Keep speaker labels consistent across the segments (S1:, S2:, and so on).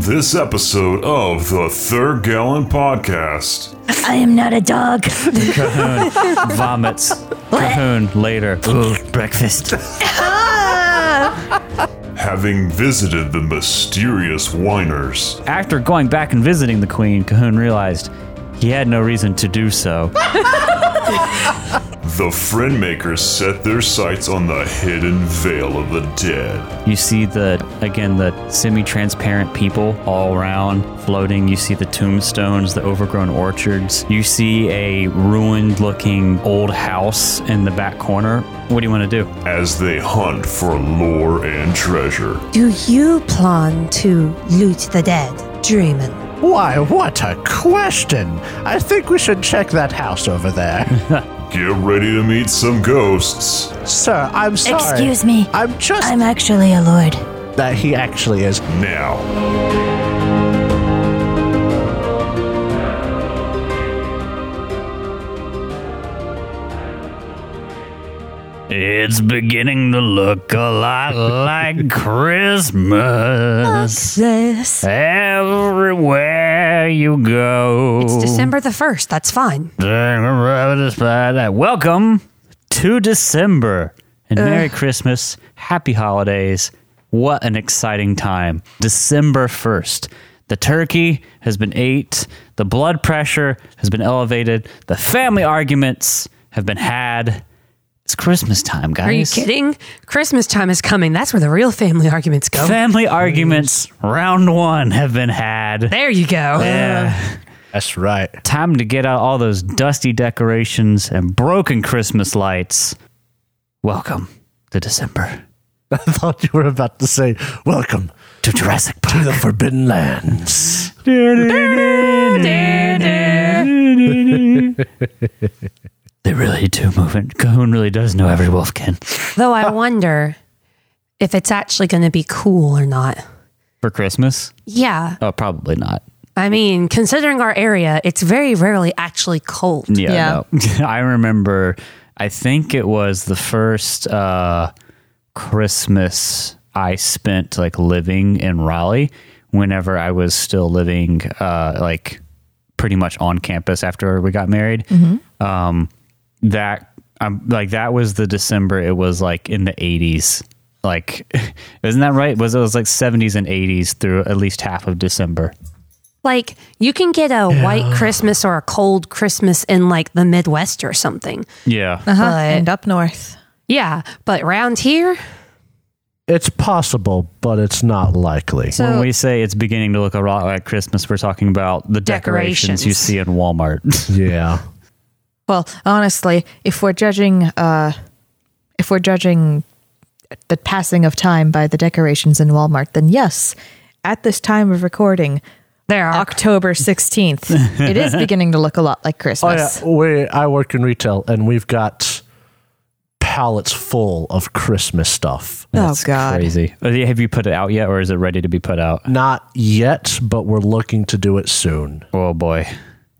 S1: this episode of the Third Gallon Podcast.
S2: I am not a dog.
S3: Cahoon vomits. Cahoon later. Ooh, breakfast.
S1: Having visited the mysterious whiners,
S3: After going back and visiting the queen, Cahoon realized he had no reason to do so.
S1: the Friendmakers set their sights on the hidden veil of the dead.
S3: You see the, again, the semi transparent people all around floating. You see the tombstones, the overgrown orchards. You see a ruined looking old house in the back corner. What do you want to do?
S1: As they hunt for lore and treasure,
S4: Do you plan to loot the dead, Dreamin?
S5: Why, what a question! I think we should check that house over there.
S1: get ready to meet some ghosts.
S5: Sir, I'm sorry.
S2: Excuse me.
S5: I'm just
S2: I'm actually a lord.
S5: that he actually is.
S1: Now,
S3: It's beginning to look a lot like Christmas.
S4: Sis.
S3: Everywhere you go.
S4: It's December the 1st, that's fine.
S3: Welcome to December and Merry Christmas, Happy Holidays. What an exciting time. December 1st. The turkey has been ate, the blood pressure has been elevated, the family arguments have been had. It's Christmas time, guys.
S4: Are you kidding? Christmas time is coming. That's where the real family arguments go.
S3: Family arguments, round one, have been had.
S4: there you go.
S5: That's right.
S3: time to get out all those dusty decorations and broken Christmas lights. Welcome to December,
S5: I thought you were about to say, Welcome
S3: to Jurassic
S5: to
S3: Park.
S5: the Forbidden Lands.
S3: They really do move it. Cahoon really does know every wolfkin
S4: Though I wonder if it's actually going to be cool or not.
S3: for Christmas.
S4: Yeah.
S3: Oh, probably not.
S4: I mean, considering our area, it's very rarely actually cold.
S3: Yeah,
S6: Yeah.
S3: no. I remember. I think it was the first uh, Christmas I spent like living in Raleigh. Whenever I was still living, uh, like pretty much on campus after we got married,
S6: Mm-hmm.
S3: um, that um, like that was the December. It was like in the eighties. Like, isn't that right? Was it was like seventies and eighties through at least half of December?
S4: Like, you can get a white Christmas or a cold Christmas in like the Midwest or something.
S3: Yeah.
S6: Uh-huh.
S4: But-
S6: and up north.
S4: Yeah. But round here,
S5: It's possible, but it's not likely.
S6: So
S3: when we say it's beginning to look a lot like Christmas, we're talking about the decorations, you
S4: Decorations.
S3: see in
S5: Oh,
S3: Walmart.
S5: yeah.
S6: Well, honestly, if we're judging, uh, if we're judging the passing of time by the decorations in Walmart, then yes, at this time of recording,
S4: there are.
S6: October sixteenth, it is beginning to look a lot like
S5: Oh,
S6: Christmas.
S5: yeah. We, I work in retail, and we've got pallets full of Christmas stuff.
S3: That's crazy. Uh, Have you put it out yet, or is it ready to be put out?
S5: Not yet, but we're looking to do it soon.
S3: Oh boy.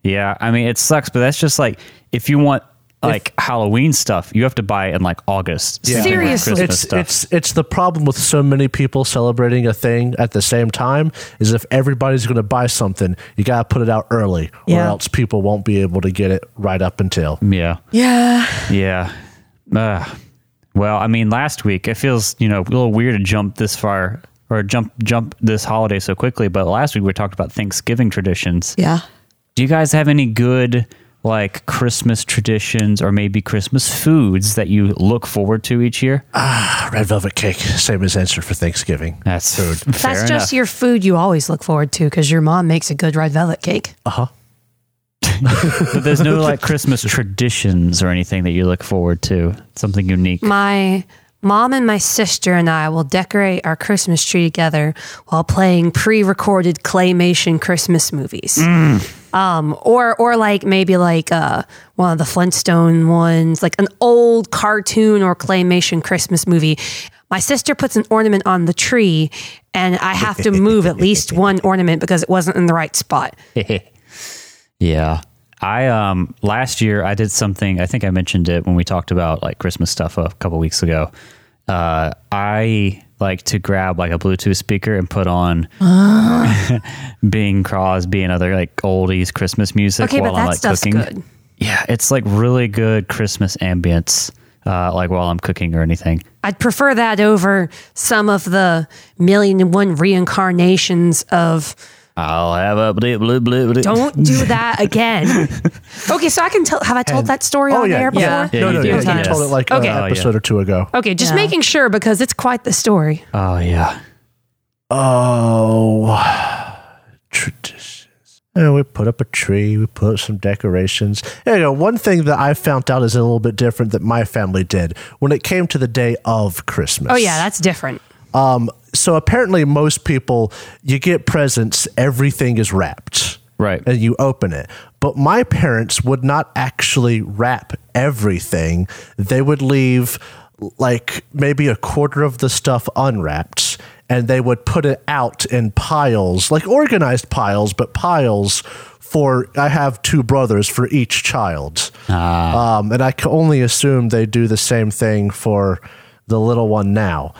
S3: Yeah, I mean it sucks, but that's just like if you want like Halloween stuff, you have to buy it in like August. Same with
S4: Seriously.
S3: Christmas
S5: it's
S3: stuff.
S5: it's it's the problem with so many people celebrating a thing at the same time is if everybody's going to buy something, you got to put it out early, or
S6: Yeah.
S5: else people won't be able to get it right up until.
S3: yeah. Yeah. Uh, well, I mean, last week it feels you know a little weird to jump this far or jump jump this holiday so quickly, but last week we talked about Thanksgiving traditions.
S6: yeah.
S3: Do you guys have any good like Christmas traditions or maybe Christmas foods that you look forward to each year?
S5: Red velvet cake, same as answer for Thanksgiving.
S3: That's food.
S4: That's just your food you always look forward to because your mom makes a good red velvet cake.
S3: But there's no like Christmas traditions or anything that you look forward to. Something unique.
S4: My mom and my sister and I will decorate our Christmas tree together while playing pre-recorded claymation Christmas movies. Um, or or like maybe like uh, one of the Flintstone ones, like an old cartoon or claymation Christmas movie. My sister puts an ornament on the tree, and I have to move at least one ornament because it wasn't in the right spot.
S3: Yeah. I um last year I did something I think I mentioned it when we talked about like Christmas stuff a couple weeks ago uh, I like to grab like a Bluetooth speaker and put on Bing Crosby and other like oldies Christmas music
S4: Okay,
S3: while
S4: but
S3: I'm
S4: that
S3: like
S4: stuff's
S3: cooking.
S4: good.
S3: Yeah, it's like really good Christmas ambience, uh, like while I'm cooking or anything.
S4: I'd prefer that over some of the million and one reincarnations of
S3: I'll have a blue blue blue. blue.
S4: don't do that again. okay, so I can tell. Have I told that story
S5: Oh
S4: on
S5: yeah,
S4: there before?
S5: yeah.
S3: Yeah,
S5: no,
S3: you
S5: no,
S3: do.
S5: you, you
S3: Yes.
S5: told it like
S4: Okay.
S5: an
S3: Oh, yeah.
S5: episode or two ago.
S4: Okay, just
S6: Yeah.
S4: making sure because it's quite the story.
S3: Oh yeah.
S5: Oh, traditions. Yeah, we put up a tree. We put up some decorations. Yeah, you know, one thing that I found out is a little bit different that my family did when it came to the day of Christmas.
S4: Oh yeah, that's different.
S5: Um, so apparently, most people, you get presents, everything is wrapped.
S3: Right.
S5: And you open it. But my parents would not actually wrap everything, they would leave like maybe a quarter of the stuff unwrapped. And they would put it out in piles, like organized piles, but piles for. I have two brothers for each child. Um, and I can only assume they do the same thing for the little one now.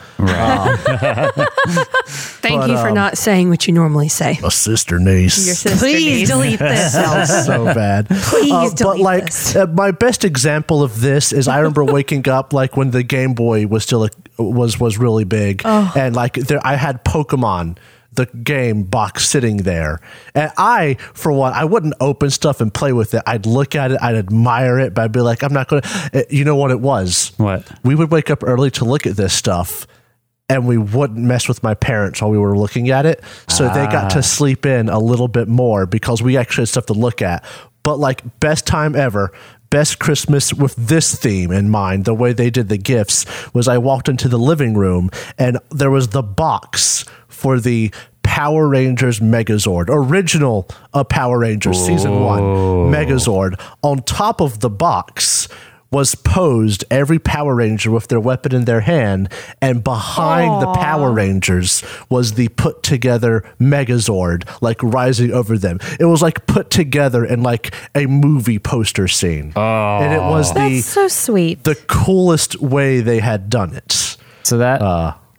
S4: Thank you
S5: um,
S4: for not saying what you normally say.
S5: a sister niece.
S6: Your sister
S4: Please
S6: needs-
S4: delete this.
S5: so bad. Please but
S4: delete
S5: like
S4: this.
S5: uh, my best example of this is I remember waking up like when the Game Boy was still a, was was really big, and like there I had Pokemon. The game box sitting there, and I, for one, I wouldn't open stuff and play with it. I'd look at it, I'd admire it, but I'd be like, I'm not going to. You know what it was?
S3: What?
S5: we would wake up early to look at this stuff and we wouldn't mess with my parents while we were looking at it. So they got to sleep in a little bit more because we actually had stuff to look at. But like best time ever, best Christmas with this theme in mind, the way they did the gifts was I walked into the living room and there was the box for the Power Rangers Megazord, original of Power Rangers season one Megazord. On top of the box was posed every Power Ranger with their weapon in their hand, and behind the Power Rangers was the put together Megazord, like rising over them. It was like put together in like a movie poster scene, and it was the
S6: That's so sweet.
S5: the coolest way they had done it.
S3: So that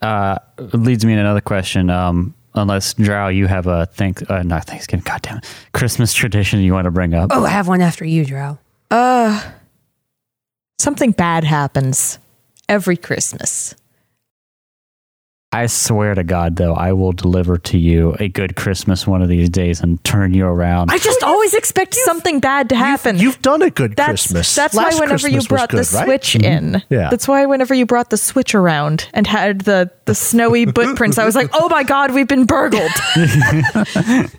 S3: uh, leads me to another question. Um, unless Drow, you have a thank uh, not Thanksgiving, goddamn it, Christmas tradition you want to bring up?
S4: Oh, I have one after you, Drew.
S6: Something bad happens every Christmas.
S3: I swear to God, though, I will deliver to you a good Christmas one of these days and turn you around.
S6: I just always expect something bad to happen.
S5: You've done a good
S6: that's
S5: Christmas.
S6: that's
S5: Last
S6: why whenever
S5: Christmas
S6: you
S5: was
S6: brought
S5: good,
S6: the
S5: right? Mm-hmm.
S6: switch in,
S5: Yeah.
S6: that's why whenever you brought the switch around and had the the snowy footprints, I was like, oh my god, we've been burgled. I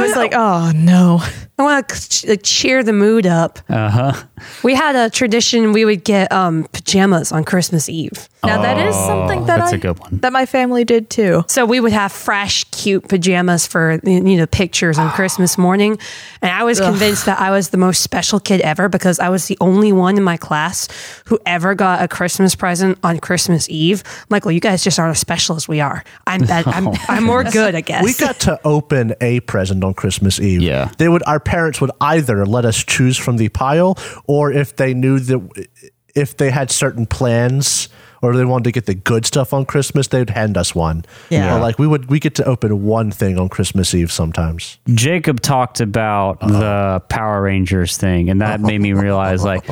S6: was like, oh no.
S4: I want to uh, cheer the mood up. Uh
S5: Uh-huh.
S4: huh. We had a tradition we would get um, pajamas on Christmas Eve.
S6: Now that is
S5: Oh,
S6: something that
S3: that's
S6: I
S3: a good one.
S6: that my family did too.
S4: So we would have fresh, cute pajamas for you know pictures
S5: Ah.
S4: on Christmas morning, and I was convinced that I was the most special kid ever because I was the only one in my class who ever got a Christmas present on Christmas Eve. I'm like, well, you guys just aren't as special as we are. I'm bet- I'm, I'm more good, I guess.
S5: Oh we got to open a present on Christmas Eve.
S3: Yeah.
S5: They would our parents would either let us choose from the pile or if they knew that if they had certain plans or they wanted to get the good stuff on Christmas, they'd hand us one.
S6: Yeah.
S5: Or like we would we get to open one thing on Christmas Eve sometimes.
S3: Jacob talked about the Power Rangers thing, and that made me realize like,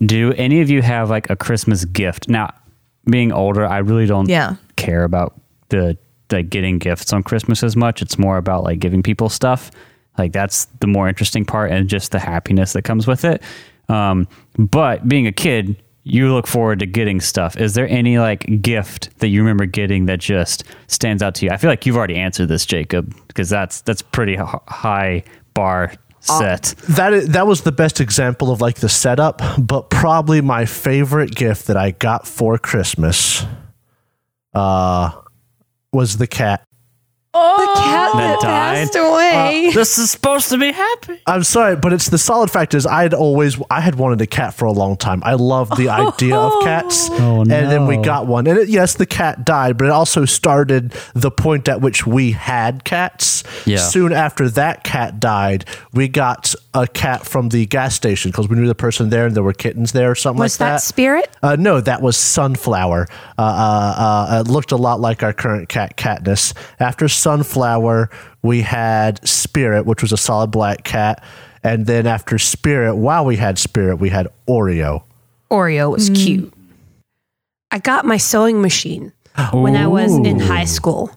S3: do any of you have like a Christmas gift? Now, being older, I really don't
S6: Yeah.
S3: care about the like getting gifts on Christmas as much. It's more about like giving people stuff. Like that's the more interesting part, and just the happiness that comes with it. Um, but being a kid, you look forward to getting stuff. Is there any like gift that you remember getting that just stands out to you? I feel like you've already answered this, Jacob, because that's that's pretty h- high bar set.
S5: That i- that was the best example of like the setup, but probably my favorite gift that I got for Christmas uh was the cat.
S4: the cat that,
S3: died?
S4: passed away.
S3: This is supposed to be happy.
S5: I'm sorry, but it's the solid fact is I'd always I had wanted a cat for a long time. I loved the idea of cats,
S3: Oh,
S5: and then we
S3: no.
S5: got one. And it, yes, the cat died, but it also started the point at which we had cats.
S3: Yeah.
S5: Soon after that cat died, we got a cat from the gas station because we knew the person there and there were kittens there or something
S4: Was
S5: like
S4: that Spirit?
S5: uh, no, that was Sunflower. Uh, uh, uh, it looked a lot like our current cat, Katniss. After Sunflower, we had Spirit, which was a solid black cat. And then after Spirit, while we had Spirit, we had Oreo.
S4: Oreo
S3: Hmm.
S4: was cute. I got my sewing machine when I was in high school.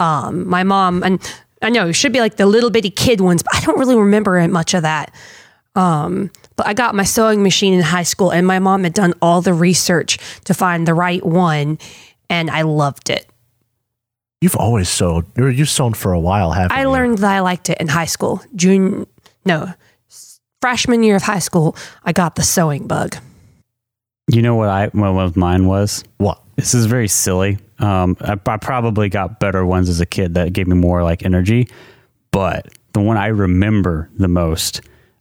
S4: Um, my mom and I know it should be like the little bitty kid ones, but I don't really remember it- much of that. Um, but I got my sewing machine in high school, and my mom had done all the research to find the right one, and I loved it.
S5: You've always sewed. You're, you've sewn for a while, haven't
S4: I
S5: you?
S4: learned that I liked it in high school. June, no, freshman year of high school, I got the sewing bug.
S3: You know what I what what mine was?
S5: What?
S3: This is very silly. Um, I, I probably got better ones as a kid that gave me more like energy, but the one I remember the most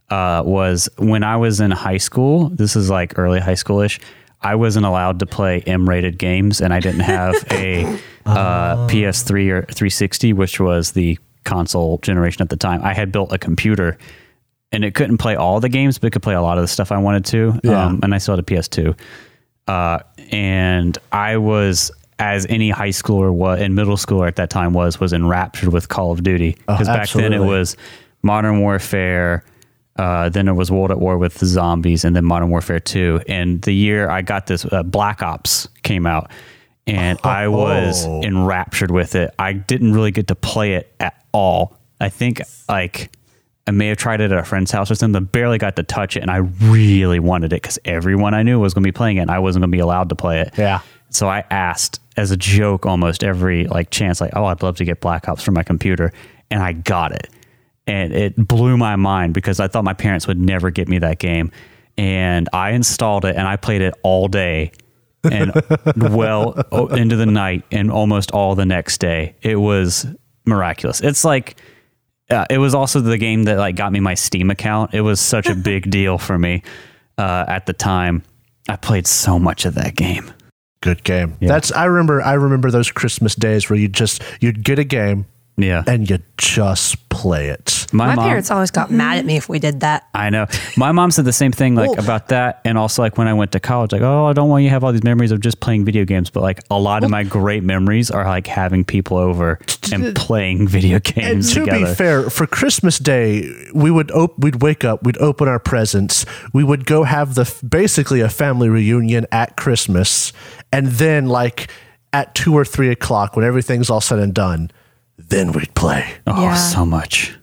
S3: uh, was when I was in high school. This is like early high schoolish. I wasn't allowed to play M-rated games, and I didn't have a uh, PS3 or 360, which was the console generation at the time. I had built a computer, and it couldn't play all the games, but it could play a lot of the stuff I wanted to. Um, and I still had a PS2 uh, and I was as any high schooler was and middle schooler at that time was was enraptured with Call of Duty because back then it
S5: absolutely.
S3: was Modern Warfare. Uh, then there was World at War with the zombies, and then Modern Warfare Two. And the year I got this, uh, Black Ops came out, and I was enraptured with it. I didn't really get to play it at all. I think like I may have tried it at a friend's house or something, barely got to touch it, and I really wanted it because everyone I knew was going to be playing it, and I wasn't going to be allowed to play it.
S5: Yeah.
S3: So I asked as a joke almost every like chance, like, "Oh, I'd love to get Black Ops for my computer," and I got it, and it blew my mind because I thought my parents would never get me that game, and I installed it and I played it all day. and well o- into the night and almost all the next day it was miraculous it's like uh, it was also the game that like got me my Steam account. It was such a big deal for me uh, at the time. I played so much of that game.
S5: Good game.
S3: Yeah.
S5: That's I remember. I remember those Christmas days where you just you'd get a game
S3: Yeah,
S5: and you just play it.
S3: my,
S4: My
S3: mom.
S4: parents always got mad at me if we did that.
S3: I know. My mom said the same thing, like
S5: Well-
S3: about that, and also like when I went to college, like, oh, I don't want you to have all these memories of just playing video games, but like a lot of my great memories are like having people over and playing video
S5: And
S3: games
S5: to
S3: together.
S5: be fair, for Christmas Day, we would op- we'd wake up, we'd open our presents, we would go have the f- basically a family reunion at Christmas, and then like at two or three o'clock when everything's all said and done, then we'd play.
S3: oh,
S6: Yeah.
S3: so much.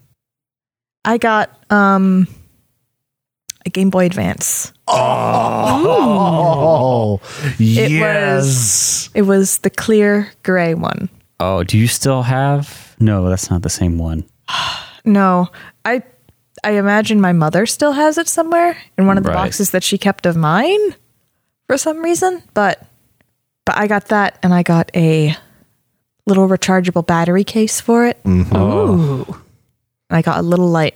S6: I got um a Game Boy Advance.
S5: Oh,
S6: It
S5: yes.
S6: It was the clear gray one.
S3: Oh, do you still have? No, that's not the same one.
S6: No, I I imagine my mother still has it somewhere in one of the
S3: Right.
S6: boxes that she kept of mine for some reason, but but I got that and I got a little rechargeable battery case for it.
S5: Mm.
S6: And
S3: Oh.
S4: Ooh.
S6: I got a little light.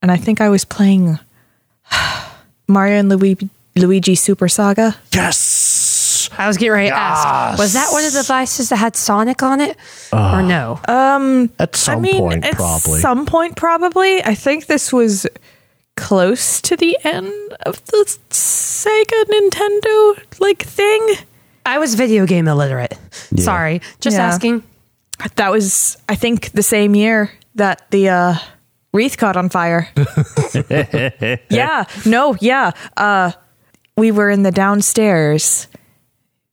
S6: And I think I was playing Mario and Luigi Luigi Super Saga.
S5: Yes.
S4: I was getting ready to ask, was that one of the devices that had Sonic on it,
S3: Uh.
S4: or no? Uh,
S5: At some
S6: I mean,
S5: point,
S6: at
S5: probably.
S6: some point, probably. I think this was close to the end of the Sega Nintendo like thing.
S4: I was video game illiterate. Sorry, just
S6: Yeah.
S4: asking.
S6: That was, I think, the same year that the uh, wreath caught on fire. yeah. No. Yeah. Uh, we were in the downstairs.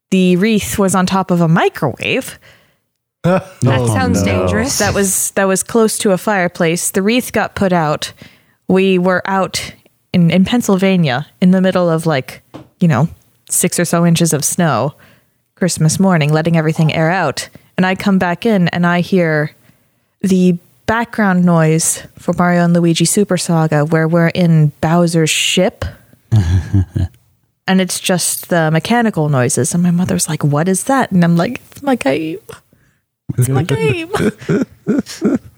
S6: The wreath was on top of a microwave.
S4: That
S3: Oh,
S4: sounds dangerous.
S6: that was that was close to a fireplace. The wreath got put out. We were out in, in Pennsylvania in the middle of like, you know, six or so inches of snow Christmas morning, letting everything air out. And I come back in and I hear the background noise for Mario and Luigi Super Saga where we're in Bowser's ship. and it's just the mechanical noises. And my mother's like, What is that? And I'm like, it's my game. It's my game.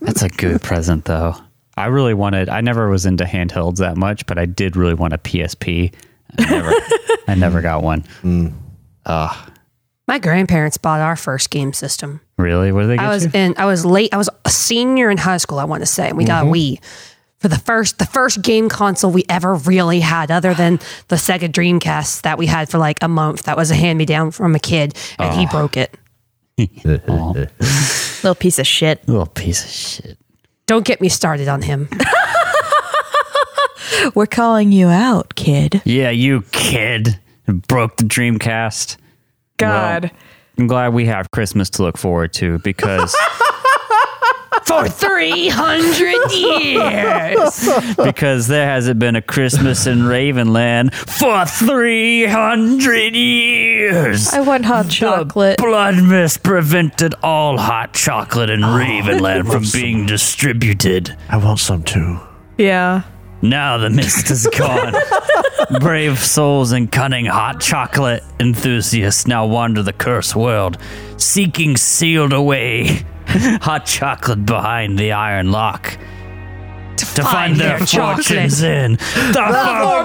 S3: That's a good present, though. I really wanted. I never was into handhelds that much, but I did really want a PSP. I never, I never got one.
S4: My grandparents bought our first game system.
S3: Really? What did they get
S4: I was
S3: you?
S4: in. I was late. I was a senior in high school. I want to say, and we
S3: Mm-hmm.
S4: got a Wii for the first the first game console we ever really had, other than the Sega Dreamcast that we had for like a month. That was a hand me down from a kid, and
S3: Ah.
S4: he broke it.
S6: Little piece of shit.
S3: Little piece of shit.
S4: Don't get me started on him.
S6: We're calling you out, kid.
S3: Yeah, you kid broke the Dreamcast.
S6: God.
S3: I'm glad we have Christmas to look forward to because
S4: for three hundred years.
S3: because there hasn't been a Christmas in Ravenland for 300 years.
S6: I want hot chocolate.
S3: Blood mist prevented all hot chocolate
S6: Oh.
S3: in Ravenland from being distributed.
S5: I want some too.
S6: Yeah.
S3: Now the mist is gone. Brave souls and cunning hot chocolate enthusiasts now wander the cursed world, seeking sealed away hot chocolate behind the iron lock. To, find, their,
S4: their chocolate.
S3: fortunes in the,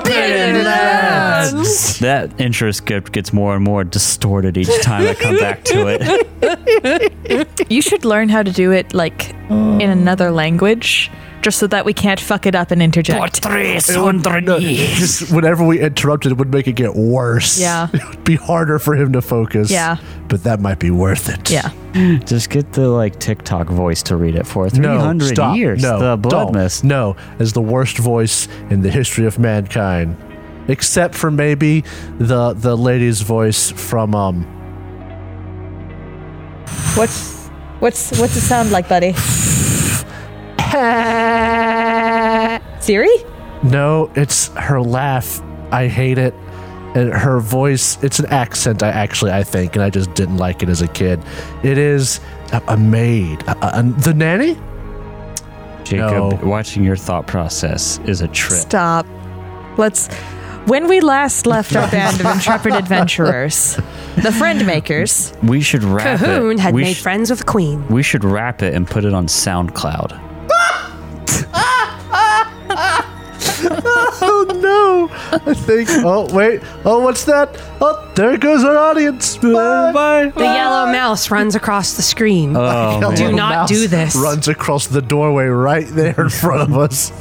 S3: forbidden lands. That intro script gets more and more distorted each time I come back to it.
S6: You should learn how to do it like in another language, just so that we can't fuck it up and
S3: For
S6: interject.
S3: 300
S5: No,
S3: years.
S5: just whenever we interrupted, it would make it get worse.
S6: Yeah.
S5: It would be harder for him to focus.
S6: Yeah.
S5: But that might be worth it.
S6: Yeah.
S3: Just get the like TikTok voice to read it for
S5: No,
S3: 300
S5: stop.
S3: years.
S5: No,
S3: the blood
S5: don't.
S3: mist.
S5: No, is the worst voice in the history of mankind, except for maybe the the lady's voice from um.
S6: What's what's what's it sound like, buddy?
S5: um,
S6: Siri?
S5: No, it's her laugh. I hate it. And her voice. It's an accent. I actually I think, and I just didn't like it as a kid. It is a, a maid, a, a- the nanny.
S3: Jacob,
S5: No.
S3: watching your thought process is a trip.
S6: Stop. Let's when we last left our band of intrepid adventurers, the friend makers,
S3: We should wrap
S4: Cahoon
S3: it.
S4: had
S3: we,
S4: made
S3: sh-
S4: friends with the Queen.
S3: we should wrap it and put it on SoundCloud.
S5: Oh no! I think. Oh wait. Oh, what's that? Oh, there goes our audience. Bye.
S4: The yellow mouse runs across the screen.
S5: Yellow
S4: Oh, Do not
S5: mouse
S4: do this.
S5: Runs across the doorway right there in front of us.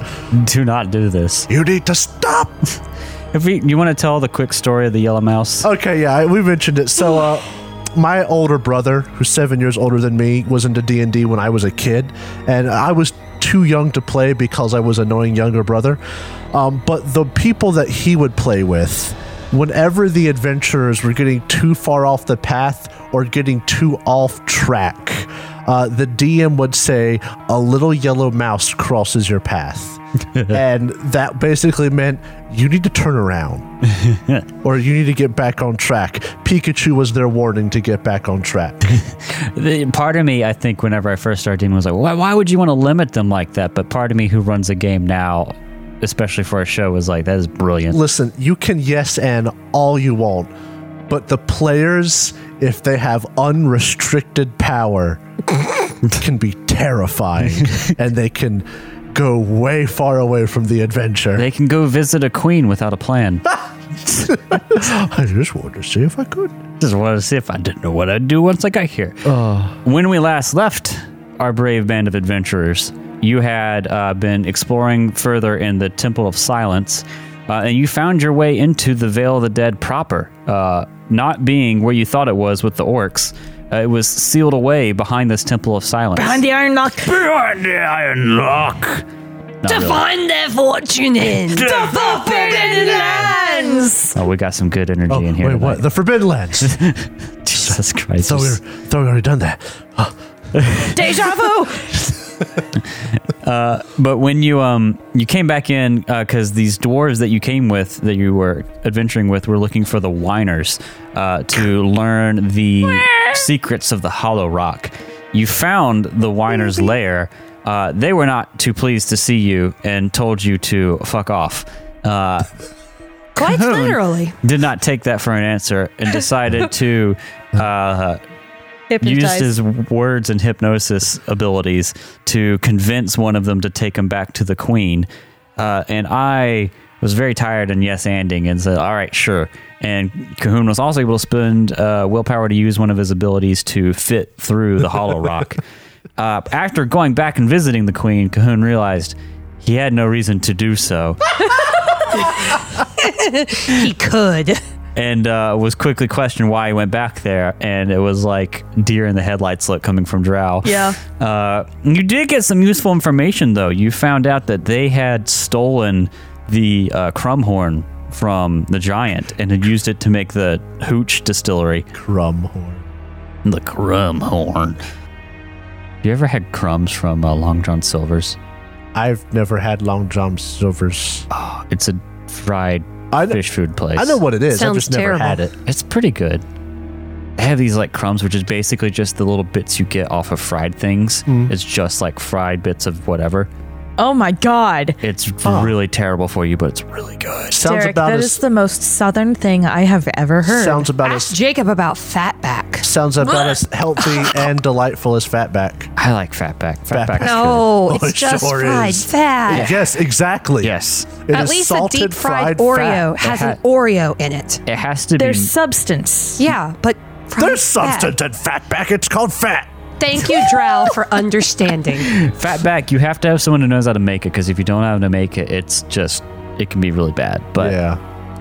S3: Do not do this.
S5: You need to stop.
S3: If we, you want to tell the quick story of the yellow
S4: Oh.
S3: mouse?
S5: Okay, yeah, I- we mentioned it. So, uh, my older brother, who's seven years older than me, was into D and D when I was a kid, and I was too young to play because I was annoying younger brother. Um, but the people that he would play with, whenever the adventurers were getting too far off the path or getting too off track, uh, the DM would say, "A little yellow mouse crosses your path." and that basically meant you need to turn around or you need to get back on track. Pikachu was their warning to get back on track.
S3: The- Part of me, I think, whenever I first started doing, was like, why, why would you want to limit them like that? But part of me, who runs a game now, especially for a show, was like, that is brilliant.
S5: Listen, you can yes and all you want, but the players, if they have unrestricted power, can be terrifying and they can go way far away from the adventure.
S3: They can go visit a queen without a plan.
S5: I just wanted to see if I could.
S3: Just wanted to see if I didn't know what I'd do once I got here. When we last left our brave band of adventurers, you had uh, been exploring further in the Temple of Silence, uh, and you found your way into the Vale of the Dead proper, uh, not being where you thought it was with the orcs. Uh, it was sealed away behind this Temple of Silence.
S6: the iron lock.
S3: Behind the Iron Lock!
S4: to find their fortune in the forbidden lands.
S3: Oh, we got some good energy
S5: Oh,
S3: in
S5: wait,
S3: here.
S5: what?
S3: tonight.
S5: The Forbidden Lands.
S3: Jesus Christ.
S5: so we were, thought we already done that.
S6: Deja vu!
S3: But when you um you came back in because these dwarves that you came with that you were adventuring with were looking for the whiners uh, to learn the secrets of the Hollow Rock. You found the whiners' lair. Uh, they were not too pleased to see you and told you to fuck off. Uh,
S4: Quite literally.
S3: did not take that for an answer and decided to uh,
S6: Hypnotized.
S3: used his words and hypnosis abilities to convince one of them to take him back to the queen. Uh, and I was very tired and yes anding and said, all right, sure. And Cahoon was also able to spend uh, willpower to use one of his abilities to fit through the hollow rock. Uh, after going back and visiting the queen, Cahoon realized he had no reason to do so.
S4: He could.
S3: and uh, was quickly questioned why he went back there, and it was like deer in the headlights look coming from Drow.
S6: Yeah.
S3: Uh, you did get some useful information though. You found out that they had stolen the uh, Crumhorn from the giant and had used it to make the hooch distillery.
S5: Crumhorn.
S3: The Crumhorn. You ever had crumbs from uh, Long John Silver's?
S5: I've never had Long John Silver's.
S3: Ah, It's a fried
S5: I know,
S3: fish food place.
S5: I know what it is. I've
S4: Sounds
S5: just never
S4: terrible.
S5: had it.
S3: It's pretty good. They have these like crumbs, which is basically just the little bits you get off of fried things. It's just like fried bits of whatever.
S6: Oh my god.
S3: It's really terrible for you, but it's really good.
S5: Sounds
S6: Derek,
S5: about
S6: that
S5: as
S6: is the most southern thing I have ever heard.
S5: sounds about
S4: Ask
S5: as
S4: Jacob about fatback.
S5: sounds about as healthy and delightful as fatback.
S3: I like fatback. Fatback.
S5: Fatback.
S3: is
S4: No,
S5: Oh,
S4: it's
S5: it
S4: just
S5: sure
S4: fried
S5: is.
S4: fat.
S5: Yes, exactly.
S3: good. Yes,
S5: It
S4: At
S5: is
S4: least a
S5: salted
S4: deep fried,
S5: fat.
S4: Oreo
S3: They
S4: has
S3: ha-
S4: an Oreo in it.
S3: it has to
S6: There's
S3: be.
S6: substance.
S4: Yeah, but fried
S5: There's
S4: fat.
S5: substance in fatback. It's called fat.
S4: Thank you, Drow, for understanding.
S3: fatback. You have to have someone who knows how to make it because if you don't know how to make it, it's just it can be really bad. But
S5: yeah.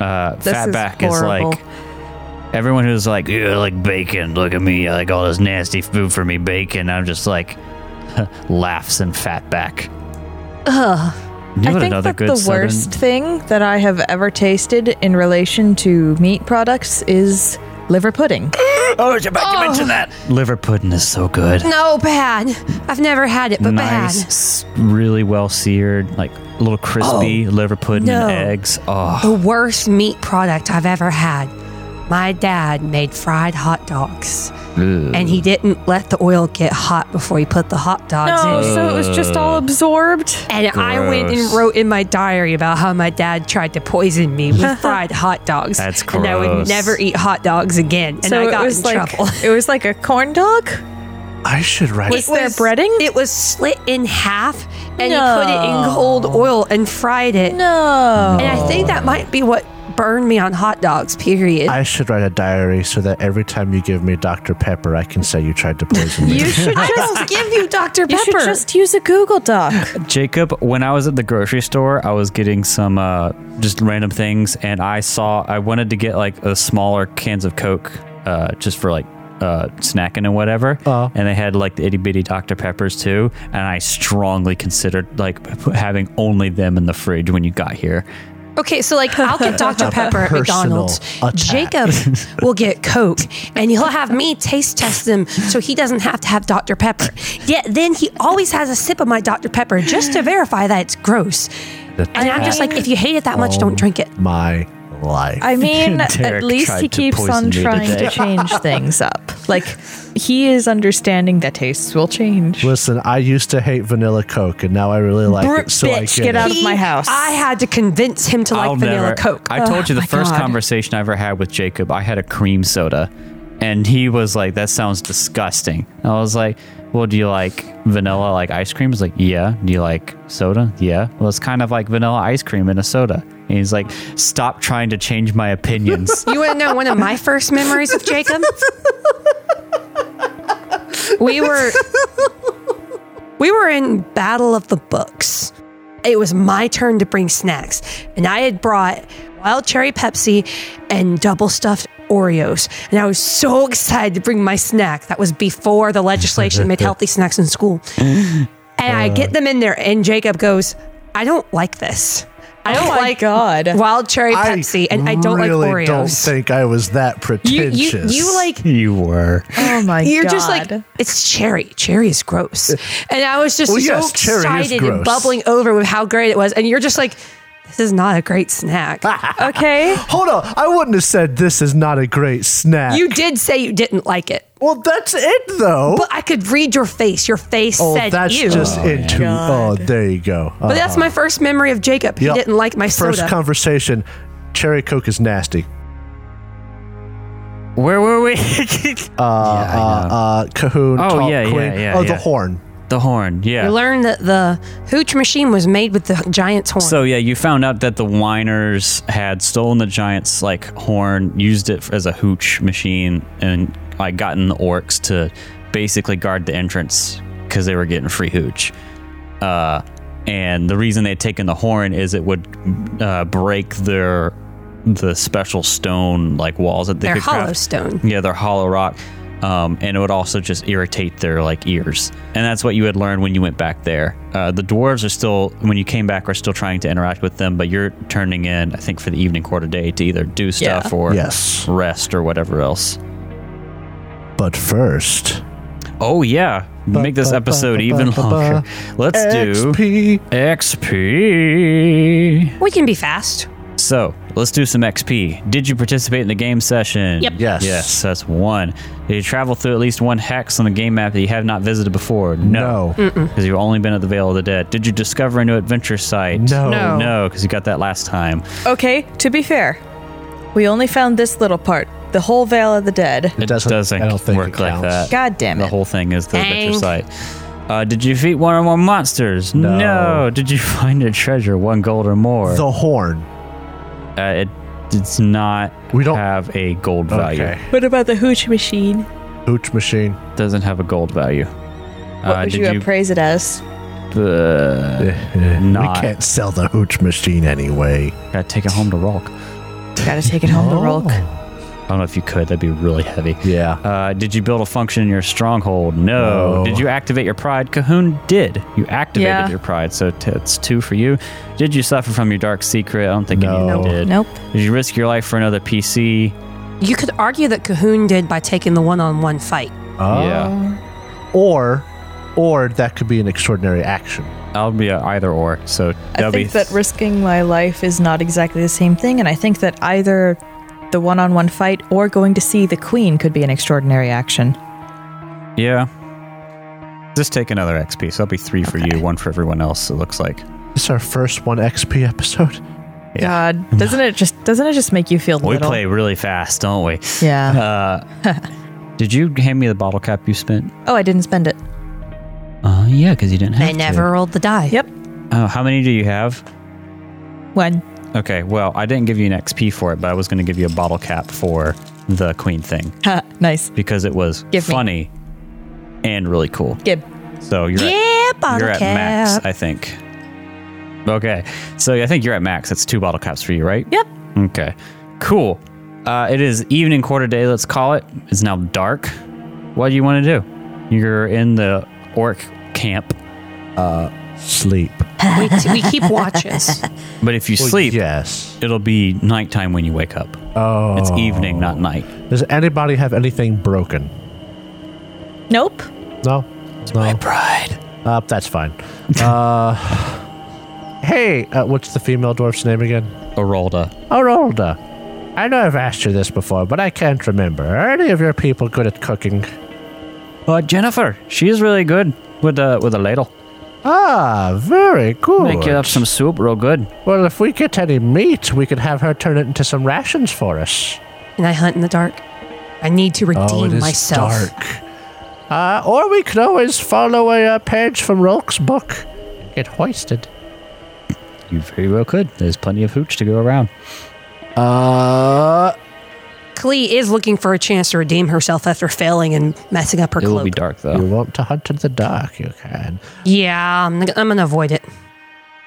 S3: uh,
S6: This is
S3: fatback is,
S6: horrible.
S3: like everyone who's like, yeah, I like bacon. Look at me, I like all this nasty food for me, bacon. I'm just like laughs and fatback. Ugh. You want
S6: I think
S3: another
S6: that
S3: good
S6: the
S3: southern-
S6: worst thing that I have ever tasted in relation to meat products is liver pudding.
S3: Oh, I was about to mention that liver pudding is so good.
S4: No, bad. I've never had it, but
S3: nice,
S4: bad.
S3: s- really well seared, like a little
S6: Oh,
S3: crispy liver pudding
S4: No.
S3: and eggs. Oh,
S4: The worst meat product I've ever had. My dad made fried hot dogs, and he didn't let the oil get hot before he put the hot dogs
S6: No,
S4: in.
S6: so it was just
S3: Uh.
S6: all absorbed.
S4: And I went and
S3: Gross.
S4: wrote in my diary about how my dad tried to poison me with fried hot dogs.
S3: That's
S4: And I would
S3: gross.
S4: never eat hot dogs again. And
S6: so
S4: I got
S6: it was
S4: in
S6: like
S4: trouble.
S6: it was like a corn dog.
S5: I should write.
S6: Was there breading?
S4: It was slit in half, and he put it in
S6: No.
S4: cold oil and fried it.
S6: No.
S4: And I think that might be what burned me on hot dogs, period.
S5: I should write a diary so that every time you give me Dr Pepper, I can say you tried to poison me.
S6: You should
S4: I
S6: just
S4: don't give you Dr.
S6: you should
S4: Pepper.
S6: just use a Google Doc.
S3: Jacob, when I was at the grocery store, I was getting some uh, just random things, and I saw I wanted to get like a smaller cans of Coke, uh, just for like uh, snacking and whatever.
S5: Uh-huh.
S3: And they had like the itty bitty Dr Peppers too, and I strongly considered like p- having only them in the fridge when you got here.
S4: Okay, so like I'll get Dr. Pepper at
S5: personal
S4: McDonald's.
S5: attack.
S4: Jacob will get Coke and he'll have me taste test them so he doesn't have to have Dr. Pepper. Yet then he always has a sip of my Dr. Pepper just to verify that it's gross. And I'm just like, if you hate it that much, don't drink it.
S5: My life.
S6: I mean, at
S3: Derek
S6: least
S3: tried
S6: he
S3: to
S6: keeps
S3: poison
S6: on
S3: me
S6: trying
S3: today.
S6: to change things up. Like he is understanding that tastes will change.
S5: Listen, I used to hate vanilla Coke, and now I really like it. So I
S6: bitch,
S5: get,
S6: get
S5: it.
S6: out of my house.
S4: I had to convince him to like vanilla
S3: never,
S4: Coke. Oh
S3: I told you the
S6: my
S3: first
S6: God.
S3: conversation I ever had with Jacob, I had a cream soda, and he was like, "That sounds disgusting." And I was like, "Well, do you like vanilla like ice cream?" He's like, "Yeah." Do you like soda? Yeah. Well, it's kind of like vanilla ice cream in a soda. And he's like, "Stop trying to change my opinions."
S4: You want to know one of my first memories of Jacob? We were we were in Battle of the Books. It was my turn to bring snacks, and I had brought wild cherry Pepsi and double stuffed Oreos. And I was so excited to bring my snack. That was before the legislation made healthy snacks in school. And I get them in there, and Jacob goes, "I don't like this. I don't
S6: Oh my
S4: like
S6: God.
S4: wild cherry Pepsi, and I don't
S5: really
S4: like Oreos."
S5: don't think I was that
S4: you,
S5: pretentious.
S4: you, you like
S3: you were.
S6: oh my
S4: you're
S6: god!
S4: just like it's cherry cherry is gross and i was just
S5: Uh, Well,
S4: so
S5: yes, cherry is
S4: excited and
S5: gross.
S4: bubbling over with how great it was and you're just like this is not a great snack
S5: Ah.
S6: "Ah, okay.
S5: Hold on, I wouldn't have said this is not a great snack.
S4: you did say you didn't like it
S5: well, that's it though.
S4: but i could read your face your face
S5: oh,
S4: said
S5: that's
S4: you
S5: just into.
S6: God.
S5: Oh, there you go.
S4: but that's my first memory of jacob he didn't like my
S5: first
S4: soda
S5: conversation. Cherry Coke is nasty.
S3: Where were week.
S5: uh, Cahoon.
S3: Oh,
S5: Talk
S3: yeah, yeah,
S5: Queen.
S3: yeah,
S5: Oh,
S3: yeah.
S5: the horn.
S3: the horn. Yeah.
S4: We learned that the hooch machine was made with the giant's horn.
S3: So yeah, you found out that the whiners had stolen the giant's like horn, used it as a hooch machine, and like gotten the orcs to basically guard the entrance because they were getting free hooch. Uh, and the reason they'd taken the horn is it would uh, break their the special stone like walls that they
S4: Their
S3: could
S4: hollow
S3: craft.
S4: stone.
S3: Yeah, they're hollow rock. Um, and it would also just irritate their like ears, and that's what you had learned when you went back there. Uh, the dwarves are still, when you came back, are still trying to interact with them, but you're turning in, I think, for the evening quarter day to either do stuff or
S5: Yes.
S3: rest or whatever else.
S5: But first,
S3: Oh yeah, make this
S5: ba-
S3: episode
S5: ba-
S3: even
S5: ba- ba-
S3: longer. Let's do
S5: XP.
S3: XP.
S4: We can be fast.
S3: So let's do some XP. Did you participate in the game session?
S4: Yep.
S5: Yes.
S3: Yes, that's one. Did you travel through at least one hex on the game map that you have not visited before? No.
S4: Mm.
S5: No.
S3: Because you've only been at the Vale of the Dead. Did you discover a new adventure site?
S5: No.
S6: No.
S3: No, because you got that last time.
S6: Okay, to be fair, we only found this little part, the whole Vale of the Dead.
S3: It
S5: doesn't- I don't think it
S3: work like
S5: counts.
S3: that.
S6: God damn
S3: The
S6: it.
S3: whole thing is the adventure
S4: Dang.
S3: site. Uh, did you defeat one or more monsters?
S5: No.
S3: Did you find a treasure, one gold or more?
S5: The horn.
S3: uh, it does not
S5: We don't-
S3: have a gold value.
S5: Okay.
S6: What about the hooch
S3: Uh,
S6: machine?
S5: Hooch machine.
S3: doesn't have a gold value. Uh,
S6: What would
S3: did
S6: you, appraise it as?
S3: uh,
S5: Eh, We
S3: not
S5: can't sell the hooch machine anyway.
S3: gotta take it home to Rolk?
S6: Gotta take it home
S3: Oh.
S6: to Rolk.
S3: I don't know if you could. That'd be really heavy.
S5: Yeah.
S3: Uh, did you build a function in your stronghold? No.
S5: No.
S3: Did you activate your pride? Cahoon did. You activated
S6: Yeah.
S3: your pride, so t- it's two for you. Did you suffer from your dark secret? I don't think
S5: No.
S3: anyone did.
S6: Nope.
S3: Did you risk your life for another PC?
S4: You could argue that Cahoon did by taking the one-on-one fight.
S3: Uh,
S5: Ah.
S3: Yeah.
S5: Or, or that could be an extraordinary action.
S3: I'll be a either or. So
S6: I
S3: that'll be
S6: think that
S3: th-
S6: risking my life is not exactly the same thing, and I think that either the one on one fight or going to see the queen could be an extraordinary action.
S3: yeah. Just take another XP. So that'll be three for you, one for everyone else. It looks like.
S5: This is our first one XP episode.
S6: God, doesn't it just doesn't it just make you feel
S3: We
S6: little?
S3: play really fast, don't we?
S6: Yeah.
S3: Uh, did you hand me the bottle cap you spent?
S6: oh, I didn't spend it.
S3: Uh, yeah, because you didn't have
S4: They never rolled the die.
S6: Yep.
S3: Oh, how many do you have?
S6: When?
S3: Okay, well, I didn't give you an XP for it, but I was going to give you a bottle cap for the queen thing
S6: Ha, nice.
S3: because it was
S6: Give me.
S3: funny and really cool.
S6: Gib.
S3: So you're
S4: Yeah,
S3: at,
S4: bottle
S3: you're at
S4: cap.
S3: max, I think. Okay, so I think you're at max. That's two bottle caps for you, right?
S6: Yep.
S3: Okay, cool. Uh, it is evening, quarter day. Let's call it. It's now dark. What do you want to do? You're in the orc camp,
S5: Sleep.
S4: we, we keep watches.
S3: but if you sleep,
S5: Yes.
S3: it'll be nighttime when you wake up.
S5: Oh.
S3: It's evening, not night.
S5: Does anybody have anything broken?
S6: Nope.
S5: No. No.
S3: Pride.
S5: Uh, that's fine. Uh, hey, uh, what's the female dwarf's name again?
S3: Arolda.
S5: Orolda. I know I've asked you this before, but I can't remember. Are any of your people good at cooking?
S3: Uh, Jennifer, she's really good with a with a ladle.
S5: Ah, very good.
S3: Make you up some soup, real good.
S5: Well, if we get any meat, we could have her turn it into some rations for us. Oh,
S4: and I hunt in the dark. I need to redeem myself.
S5: dark. Uh, or we could always follow a uh, page from Rolk's book. Get hoisted.
S3: You very well could. There's plenty of hooch to go around.
S5: Uh,
S4: Klee is looking for a chance to redeem herself after failing and messing up her
S3: It will
S4: cloak.
S3: be dark
S5: you
S3: though.
S5: want to hunt in the dark, you can.
S4: Yeah, I'm, I'm gonna avoid it.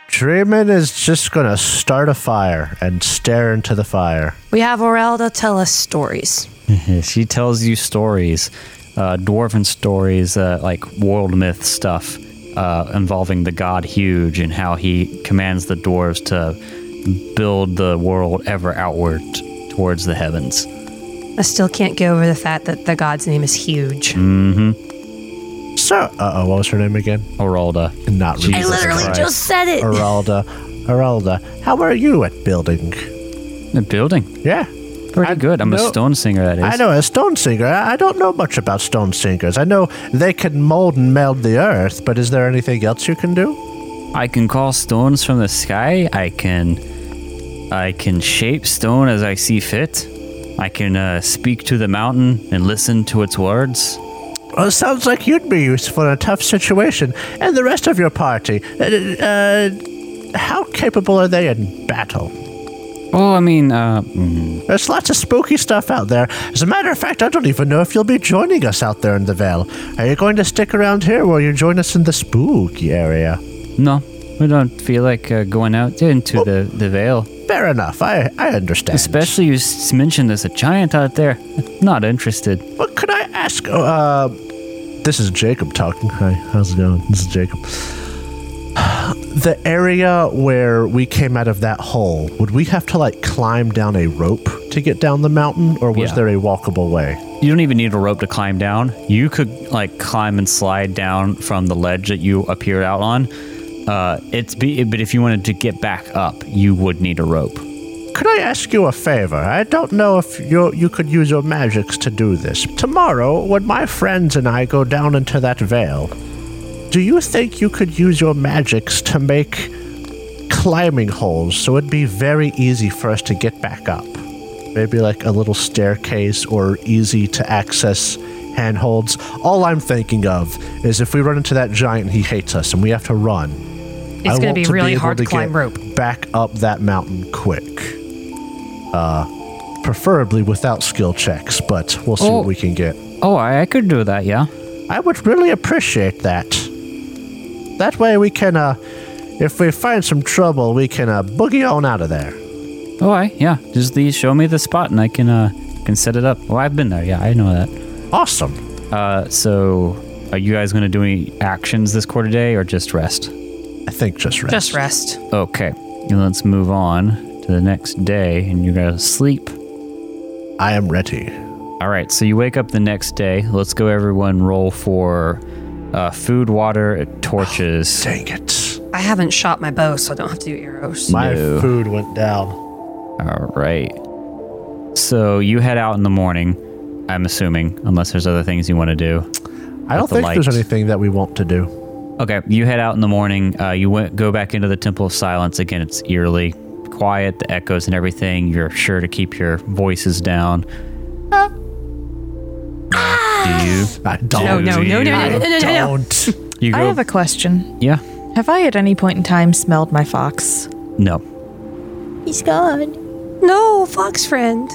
S5: Dreamin is just gonna start a fire and stare into the fire.
S4: We have Orelda tell us stories.
S3: she tells you stories, uh, dwarven stories, uh, like world myth stuff uh, involving the god Huge and how he commands the dwarves to build the world ever outward towards the heavens.
S4: I still can't get over the fact that the god's name is huge.
S5: So, uh oh, what was her name again?
S3: Arolda.
S5: Not
S3: Jesus
S5: really.
S2: I literally
S3: Christ.
S2: just said it.
S5: Aralda. Aralda, how are you at building?
S3: The building.
S5: Yeah.
S3: Pretty good. I'm
S5: no-
S3: a stone singer, that is.
S5: I know a stone singer. I I don't know much about stone singers. I know they can mold and meld the earth, but is there anything else you can do?
S3: I can call stones from the sky. I can I can shape stone as I see fit. I can uh, speak to the mountain and listen to its words.
S5: Well, Oh, sounds like you'd be useful in a tough situation. And the rest of your party, uh, uh, how capable are they in battle?
S3: Oh, I mean, uh,
S5: There's lots of spooky stuff out there. As a matter of fact, I don't even know if you'll be joining us out there in the Vale. Are you going to stick around here while you join us in the spooky area?
S3: no, we don't feel like uh, going out into the, the veil.
S5: Fair enough. I, I understand.
S3: Especially you s- mentioned there's a giant out there. Not interested.
S5: What could I ask? Oh, uh, this is Jacob talking. Hi, how's it going? This is Jacob. The area where we came out of that hole, would we have to like climb down a rope to get down the mountain, or was
S3: Yeah.
S5: there a walkable way?
S3: You don't even need a rope to climb down. You could like climb and slide down from the ledge that you appeared out on. Uh, it's be, but if you wanted to get back up, you would need a rope.
S5: Could I ask you a favor? I don't know if you you could use your magics to do this. Tomorrow, when my friends and I go down into that veil, do you think you could use your magics to make climbing holes so it'd be very easy for us to get back up? Maybe like a little staircase or easy to access handholds. All I'm thinking of is if we run into that giant, he hates us and we have to run. I
S4: It's
S5: want
S4: going to be
S5: to
S4: really
S5: able
S4: hard to
S5: get
S4: climb rope.
S5: Back up that mountain quick. Uh, preferably without skill checks, but we'll see
S3: Oh.
S5: what we can get.
S3: Oh, I, I could do that. Yeah.
S5: I would really appreciate that. That way we can, uh, if we find some trouble, we can uh, boogie on out of there.
S3: Oh, I yeah. Just the show me the spot and I can uh can set it up. Well, I've been there. Yeah, I know that.
S5: Awesome.
S3: Uh, so are you guys gonna do any actions this quarter day or just rest?
S5: I think just rest.
S4: Just rest.
S3: Okay. And let's move on to the next day, and you're gonna sleep.
S5: I am ready.
S3: All right, so you wake up the next day. Let's go, everyone. Roll for uh, food, water, torches.
S5: Dang it.
S4: I haven't shot my bow, so I don't have to do arrows.
S5: My
S3: No.
S5: food went down.
S3: All right. So you head out in the morning. I'm assuming, unless there's other things you want to do.
S5: I don't
S3: the
S5: think
S3: lights.
S5: there's anything that we want to do.
S3: Okay, you head out in the morning. Uh, you went, go back into the Temple of Silence. Again, it's eerily quiet, the echoes and everything. You're sure to keep your voices down. Do you?
S5: I
S4: No,
S5: don't.
S4: no, no, no, no, no, no, no, no.
S5: Don't.
S3: You go.
S6: I have a question.
S3: yeah.
S6: Have I at any point in time smelled my fox?
S3: No.
S2: He's gone.
S4: No, fox friend.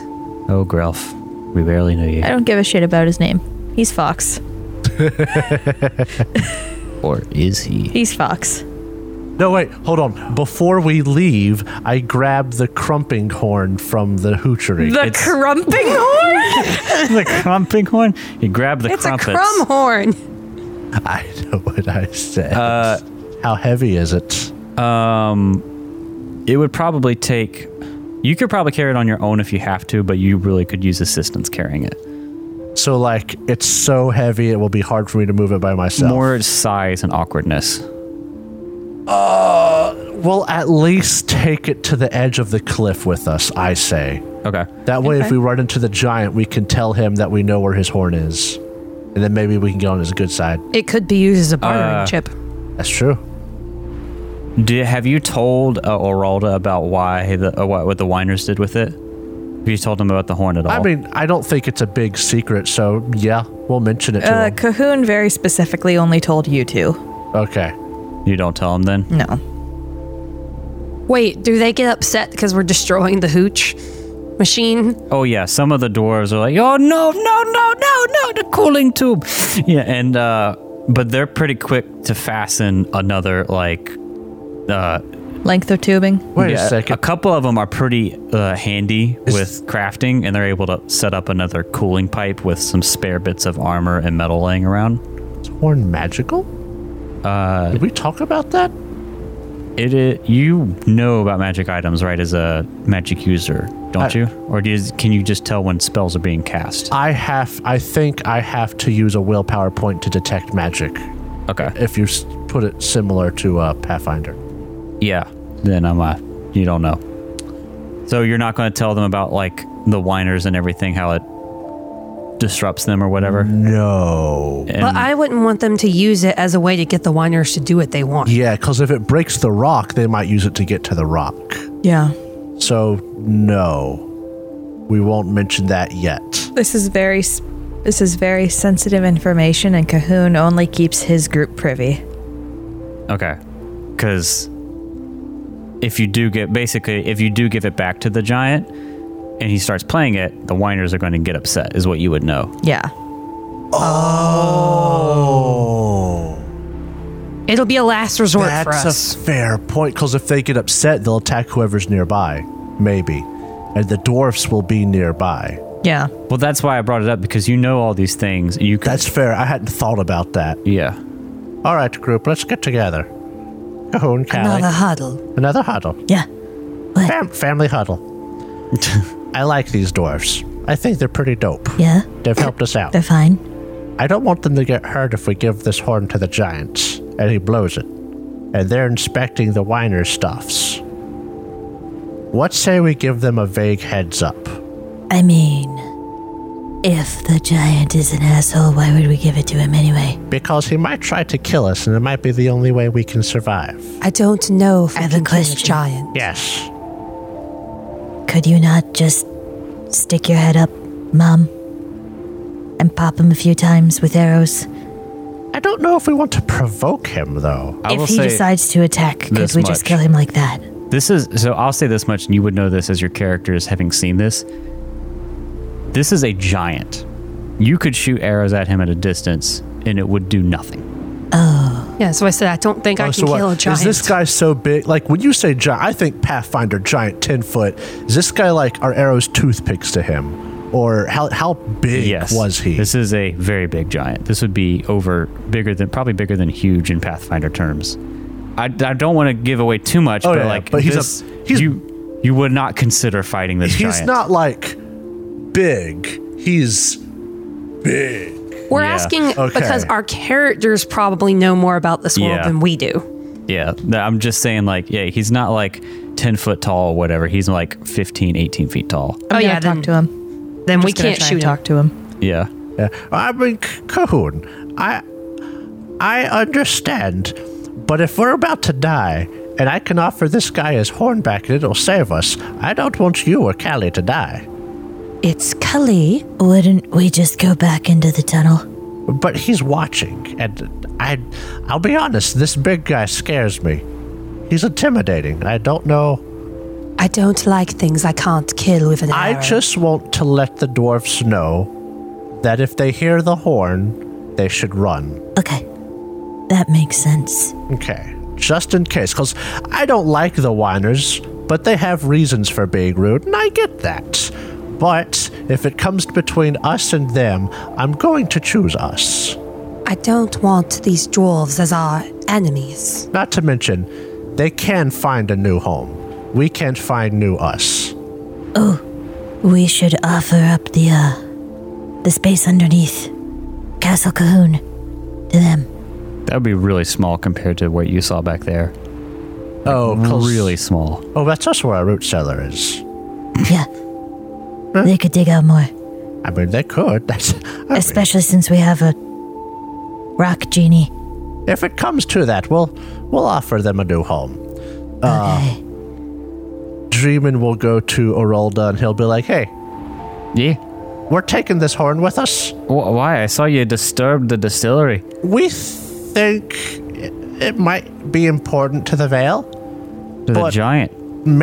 S3: Oh, Grelf. We barely knew you.
S6: I don't give a shit about his name. He's Fox.
S3: Or is he?
S6: He's Fox.
S5: No, wait, hold on. Before we leave, I grab the crumping horn from the hoochery.
S6: The crumping horn?
S3: the crumping horn? You grab the
S4: It's
S3: crumpets.
S4: a crumb horn.
S5: I know what I said.
S6: Uh,
S5: How heavy is it?
S3: It would probably take. You could probably carry it on your own if you have to, but you really could use assistance carrying it.
S5: So, like, it's so heavy, it will be hard for me to move it by myself.
S3: More size and awkwardness.
S5: We'll at least take it to the edge of the cliff with us, I say.
S3: Okay.
S5: That way, if
S6: Okay.
S5: we run into the giant, we can tell him that we know where his horn is. And then maybe we can get on his good side.
S4: It could be used as a bartering chip.
S5: That's true.
S3: Do, have you told uh, Oralda about why the uh, what, what the Winers did with it? Have you told him about the horn at all?
S5: I mean, I don't think it's a big secret, so yeah, we'll mention it to
S6: Uh,
S5: him.
S6: Cahoon very specifically only told you two.
S5: Okay.
S3: you don't tell him then.
S6: No.
S4: Wait, do they get upset because we're destroying the hooch machine?
S3: Oh yeah, some of the dwarves are like, oh no, no, no, no, no, the cooling tube. Yeah, and uh, but they're pretty quick to fasten another like. Uh,
S6: Length of tubing?
S5: Wait
S3: yeah,
S5: a second.
S3: couple of them are pretty uh, handy with crafting, and they're able to set up another cooling pipe with some spare bits of armor and metal laying around.
S5: horn magical? Uh, Did we talk about that?
S3: It, i- you know about magic items, right? As a magic user, don't
S5: I-
S3: you? Or do you, can you just tell when spells are being cast?
S5: I have. I think I have to use a willpower point to detect magic.
S3: okay.
S5: If you s- put it similar to uh, Pathfinder,
S3: Yeah. Then I'm a. You don't know. So you're not going to tell them about like the whiners and everything, how it disrupts them or whatever.
S5: Mm. no.
S3: And
S4: But I wouldn't want them to use it as a way to get the winers to do what they want.
S5: Yeah, because if it breaks the rock, they might use it to get to the rock.
S6: Yeah.
S5: So no. we won't mention that yet.
S6: This is very s- this is very sensitive information, and Cahoon only keeps his group privy.
S3: Okay. Because if you do get, basically, if you do give it back to the giant and he starts playing it, the whiners are going to get upset, is what you would know.
S6: Yeah.
S4: It'll be a last resort for
S5: That's
S4: us.
S5: a fair point because if they get upset, they'll attack whoever's nearby, maybe, and the dwarfs will be nearby.
S6: Yeah.
S3: Well, that's why I brought it up because you know all these things and you could.
S5: That's fair. I hadn't thought about that.
S3: yeah.
S5: All right, group, let's get together. Cahoon, Callie,
S4: Another
S5: another,
S4: huddle.
S5: huddle,
S6: Yeah.
S5: Fam- family huddle. I like these dwarfs. I think they're pretty dope.
S2: Yeah,
S5: They've helped us out.
S2: they're fine.
S5: I don't want them to get hurt if we give this horn to the giants and he blows it. And they're inspecting the winer's stuffs. What say we give them a vague heads up?
S2: I mean, if the giant is an asshole, why would we give it to him anyway?
S5: Because he might try to kill us and it might be the only way we can survive.
S4: I don't know if
S2: I
S4: I
S2: have a
S4: can kill a
S2: question.
S4: giant.
S5: Yes.
S2: Could you not just stick your head up, Mom? And pop him a few times with arrows?
S5: I don't know if we want to provoke him though.
S3: I will
S2: if he
S3: say
S2: decides to attack, could we
S3: this
S2: just
S3: much.
S2: kill him like
S6: Oh,
S2: that?
S3: this is, so I'll say this much and you would know this as your characters having seen this. This is a giant. You could shoot arrows at him at a distance and it would do nothing.
S4: Yeah, so I said I don't think I
S5: Oh,
S4: can
S5: so
S4: kill a
S5: what,
S4: giant.
S5: is this guy so big? Like when you say giant, I think Pathfinder giant, ten foot. Is this guy like are arrows toothpicks to him, or how how big
S3: yes
S5: was he?
S3: this is a very big giant this would be over bigger than probably bigger than huge in pathfinder terms i, I don't want to give away too much
S5: Oh,
S3: but
S5: yeah,
S3: like
S5: but he's a-
S3: this-
S5: he's-
S3: you you would not consider fighting this
S5: He's
S3: giant
S5: not like big. He's big.
S4: We're
S3: Yeah.
S4: asking
S5: Okay.
S4: because our characters probably know more about this world
S3: Yeah.
S4: than we do.
S3: yeah th- i'm just saying like yeah he's not like 10 foot tall or whatever he's like 15 18 feet tall
S6: I'm
S4: Oh,
S6: gonna
S4: yeah,
S6: Talk
S4: then-
S6: to him.
S4: Then we
S6: Just gonna
S4: can't
S6: try
S4: shoot
S6: and
S4: him.
S6: talk to him.
S3: yeah
S5: Yeah. uh, I mean, C- Cahoon, I, I understand, but if we're about to die, and I can offer this guy his horn back and it'll save us, I don't want you or Callie to die.
S2: It's Kali. Wouldn't we just go back into the tunnel?
S5: But he's watching, and I, I'll be honest, this big guy scares me. He's intimidating. I don't know.
S4: I don't like things I can't kill with an
S5: I
S4: arrow.
S5: just want to let the dwarfs know that if they hear the horn, they should run.
S2: Okay, that makes sense.
S5: Okay, just in case, because I don't like the whiners, but they have reasons for being rude, and I get that. But if it comes between us and them, I'm going to choose us.
S4: I don't want these dwarves as our enemies.
S5: Not to mention, they can find a new home. We can't find new us.
S2: We should offer up the uh the space underneath Castle Cahoon to them.
S3: that would be really small compared to what you saw back there
S5: Oh, 'cause-
S3: really small
S5: Oh, that's also where our root cellar is.
S2: Yeah. They could dig out more.
S5: I mean, they could. That's. I mean,
S2: Especially since we have a rock genie.
S5: if it comes to that, we'll we'll offer them a new home. Uh,
S2: Okay.
S5: Dreamin will go to Orolda and he'll be like, "Hey,
S3: yeah
S5: we're taking this horn with us.
S3: Wh- why i saw you disturbed the distillery
S5: We think it it might be important to the Vale.
S3: to the
S5: But-
S3: giant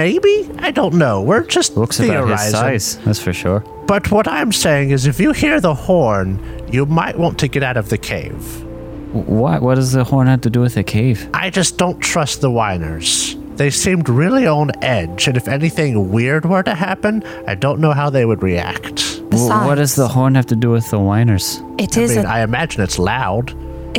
S5: Maybe? I don't know. We're just
S3: looks about
S5: theorizing.
S3: his size that's for sure
S5: But what I'm saying is if you hear the horn, you might want to get out of the cave.
S3: What? What does the horn have to do with the cave?
S5: I just don't trust the whiners. They seemed really on edge, and if anything weird were to happen, I don't know how they would react.
S3: Wh- what does the
S4: Besides,
S3: horn have to do with the whiners?
S4: It
S5: I
S4: is
S5: mean,
S4: a
S5: I imagine it's loud.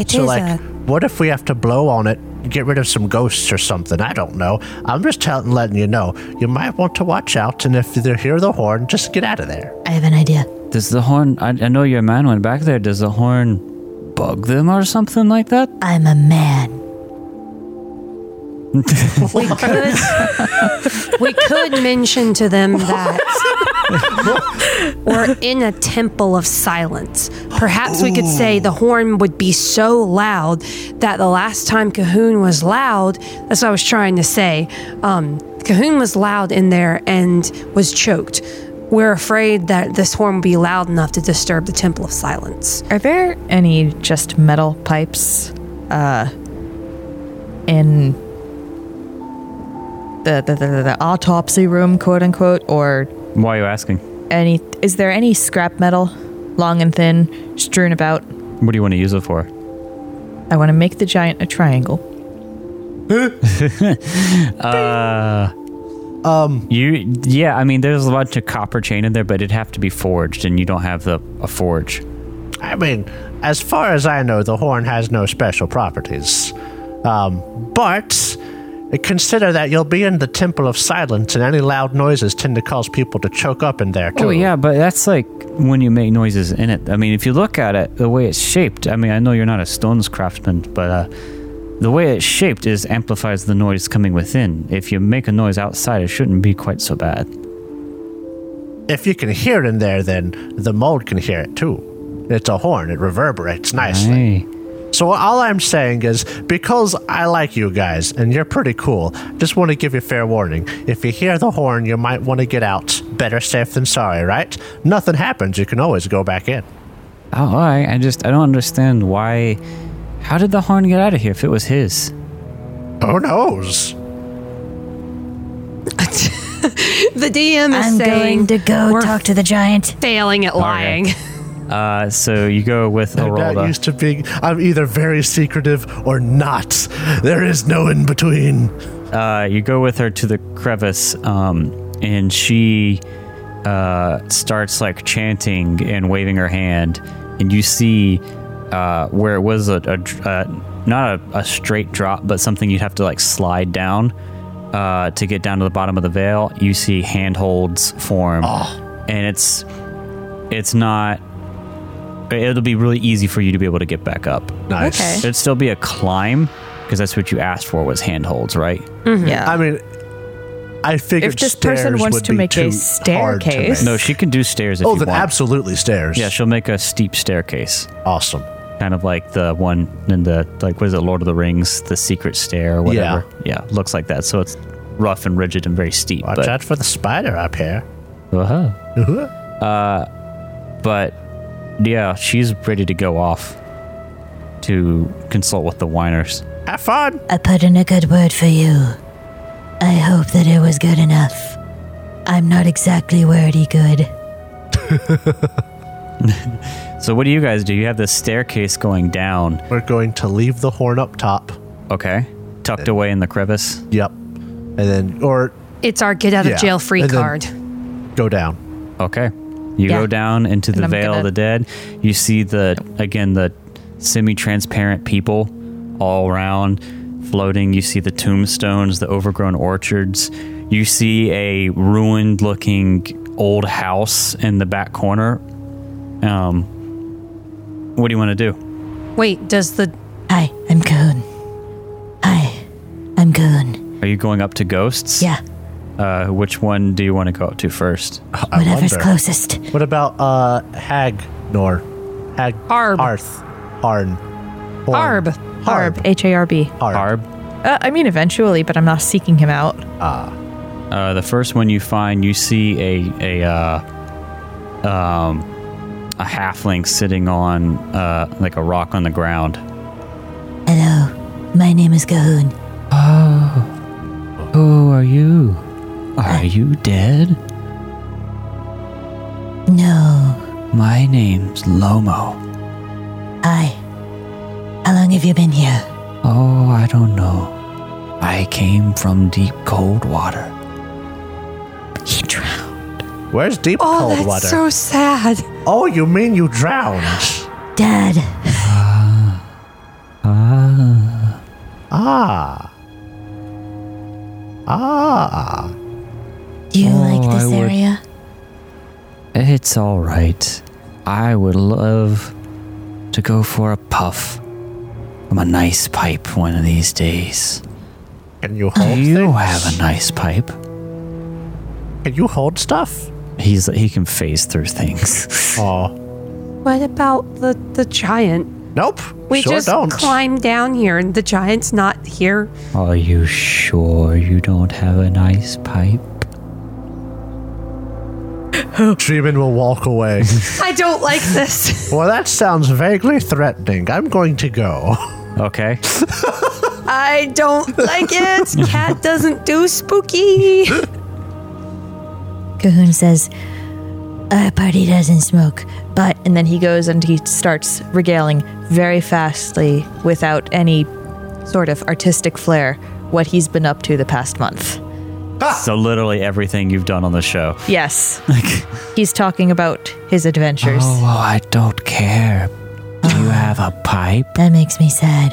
S4: It
S5: so,
S4: is
S5: like,
S4: a-
S5: what if we have to blow on it, get rid of some ghosts or something? I don't know. I'm just telling, letting you know. You might want to watch out, and if you hear the horn, just get out of there.
S2: I have an idea.
S3: Does the horn? I, I know your man went back there. Does the horn bug them or something like that?
S6: Uh,
S2: I'm a man.
S4: we could we could mention to them that we're in a temple of silence. Perhaps we could say the horn would be so loud that the last time Cahoon was loud, that's what I was trying to say. Um, Cahoon was loud in there and was choked. We're afraid that this horn will be loud enough to disturb the Temple of Silence.
S6: Are there any just metal pipes uh in the the, the, the, the autopsy room, quote unquote, or
S3: Why are you asking?
S6: any is there any scrap metal long and thin strewn about?
S3: What do you want to use it for?
S6: I want to make the giant a triangle.
S3: You yeah, I mean there's a bunch of copper chain in there, but it'd have to be forged and you don't have the a forge.
S5: I mean, as far as I know, the horn has no special properties. Um, but consider that you'll be in the Temple of Silence, and any loud noises tend to cause people to choke up in there, too.
S3: Oh yeah, but that's like when you make noises in it. I mean, if you look at it, the way it's shaped. I mean, I know you're not a stones craftsman, but uh, the way it's shaped is amplifies the noise coming within. If you make a noise outside, it shouldn't be quite so bad.
S5: If you can hear it in there, then the mold can hear it, too. It's a horn, it reverberates nicely.
S3: Hey,
S5: So all I'm saying is because I like you guys and you're pretty cool, just want to give you fair warning. If you hear the horn, you might want to get out. Better safe than sorry, right? Nothing happens, you can always go back in.
S3: oh, all right. I just I don't understand why. How did the horn get out of here if it was his?
S5: Who knows?
S4: The DM is
S2: I'm
S4: saying
S2: going to go
S4: we're
S2: talk to the giant.
S4: failing at lying.
S3: Uh, so you go with
S5: I'm not
S3: Arolda.
S5: used to being I'm either very secretive or not. There is no in between.
S3: uh, you go with her to the crevice, um, and she uh, starts like chanting and waving her hand, and you see uh, where it was a, a dr- uh, not a, a straight drop, but something you'd have to like slide down uh, to get down to the bottom of the veil. You see handholds form, and it's it's not. It'll be really easy for you to be able to get back up.
S5: Nice.
S6: Okay.
S3: It'd still be a climb because that's what you asked for was handholds, right?
S6: Yeah.
S5: I mean I figured
S6: If this person
S5: stairs
S6: wants
S5: would
S6: to
S5: be
S6: make a
S5: too hard to
S6: staircase-
S5: make.
S3: No, she can do stairs if
S5: Oh,
S3: you
S5: then
S3: want.
S5: absolutely stairs.
S3: Yeah, she'll make a steep staircase,
S5: awesome.
S3: kind of like the one in the like what is it, Lord of the Rings, the secret stair or whatever. Yeah, looks like that. So it's rough and rigid and very steep.
S5: Watch
S3: but
S5: out for the spider up here.
S3: Uh-huh. but yeah, she's ready to go off to consult with the whiners.
S5: Have fun.
S2: I put in a good word for you. I hope that it was good enough. I'm not exactly wordy good.
S3: So what do you guys do? You have this staircase going down.
S5: We're going to leave the horn up top.
S3: Okay,
S5: Uh,
S3: tucked away in the crevice.
S5: Yep. And then, or
S4: It's our get out
S5: Yeah,
S4: of jail free
S5: and then-
S4: card.
S5: go down.
S3: Okay. You
S6: Yeah.
S3: go down into the
S6: I'm
S3: Veil of
S6: gonna-
S3: the Dead. You see the, again, the semi transparent people all around floating. You see the tombstones, the overgrown orchards. You see a ruined looking old house in the back corner. Um, what do you want to do?
S4: Wait, does the
S2: Hi, I'm Coon. Hi, I'm Coon.
S3: Are you going up to ghosts?
S2: Yeah,
S3: Uh, which one do you want to go up to first?
S5: I
S2: whatever's
S5: wonder.
S2: closest.
S5: What about uh Hag Nor? Hag
S4: Arb.
S5: Arth Harn. Horn.
S4: Arb.
S5: Harb.
S6: H A R B.
S5: Harb.
S3: Barb?
S6: Uh, I mean, eventually, but I'm not seeking him out.
S3: Uh, the first one you find, you see a a uh, um, a halfling sitting on uh, like a rock on the ground.
S2: Hello, my name is Cahoon.
S3: Oh, Who are you? Are you dead?
S2: No,
S3: My name's Lomo.
S2: I. How long have you been here?
S3: Oh, I don't know. I came from deep cold water.
S6: He drowned.
S5: Where's deep
S4: Oh,
S5: cold
S4: that's
S5: water?
S4: so sad.
S5: oh, you mean you drowned?
S2: Dad,
S5: ah. Ah.
S2: do you
S3: Oh,
S2: like
S3: I
S2: this
S3: would-
S2: area?
S3: It's all right. I would love to go for a puff from a nice pipe one of these days.
S5: Can you hold
S3: You
S5: things?
S3: have a nice pipe.
S5: Can you hold stuff?
S3: He's he can phase through things.
S5: Oh.
S4: What about the, the giant?
S5: Nope.
S4: We
S5: sure
S4: just
S5: don't.
S4: climbed down here and the giant's not here.
S3: Are you sure you don't have a nice pipe?
S5: Dreamin will walk away.
S4: I don't like this.
S5: well, that sounds vaguely threatening. I'm going to go.
S3: Okay.
S4: I don't like it. Cat doesn't do spooky.
S2: Cahoon says, Our party doesn't smoke, but
S6: And then he goes and he starts regaling very fastly without any sort of artistic flair what he's been up to the past month.
S3: so literally everything you've done on the show.
S6: Yes. he's talking about his adventures.
S3: Oh, I don't care. Do you have a pipe?
S2: that makes me sad.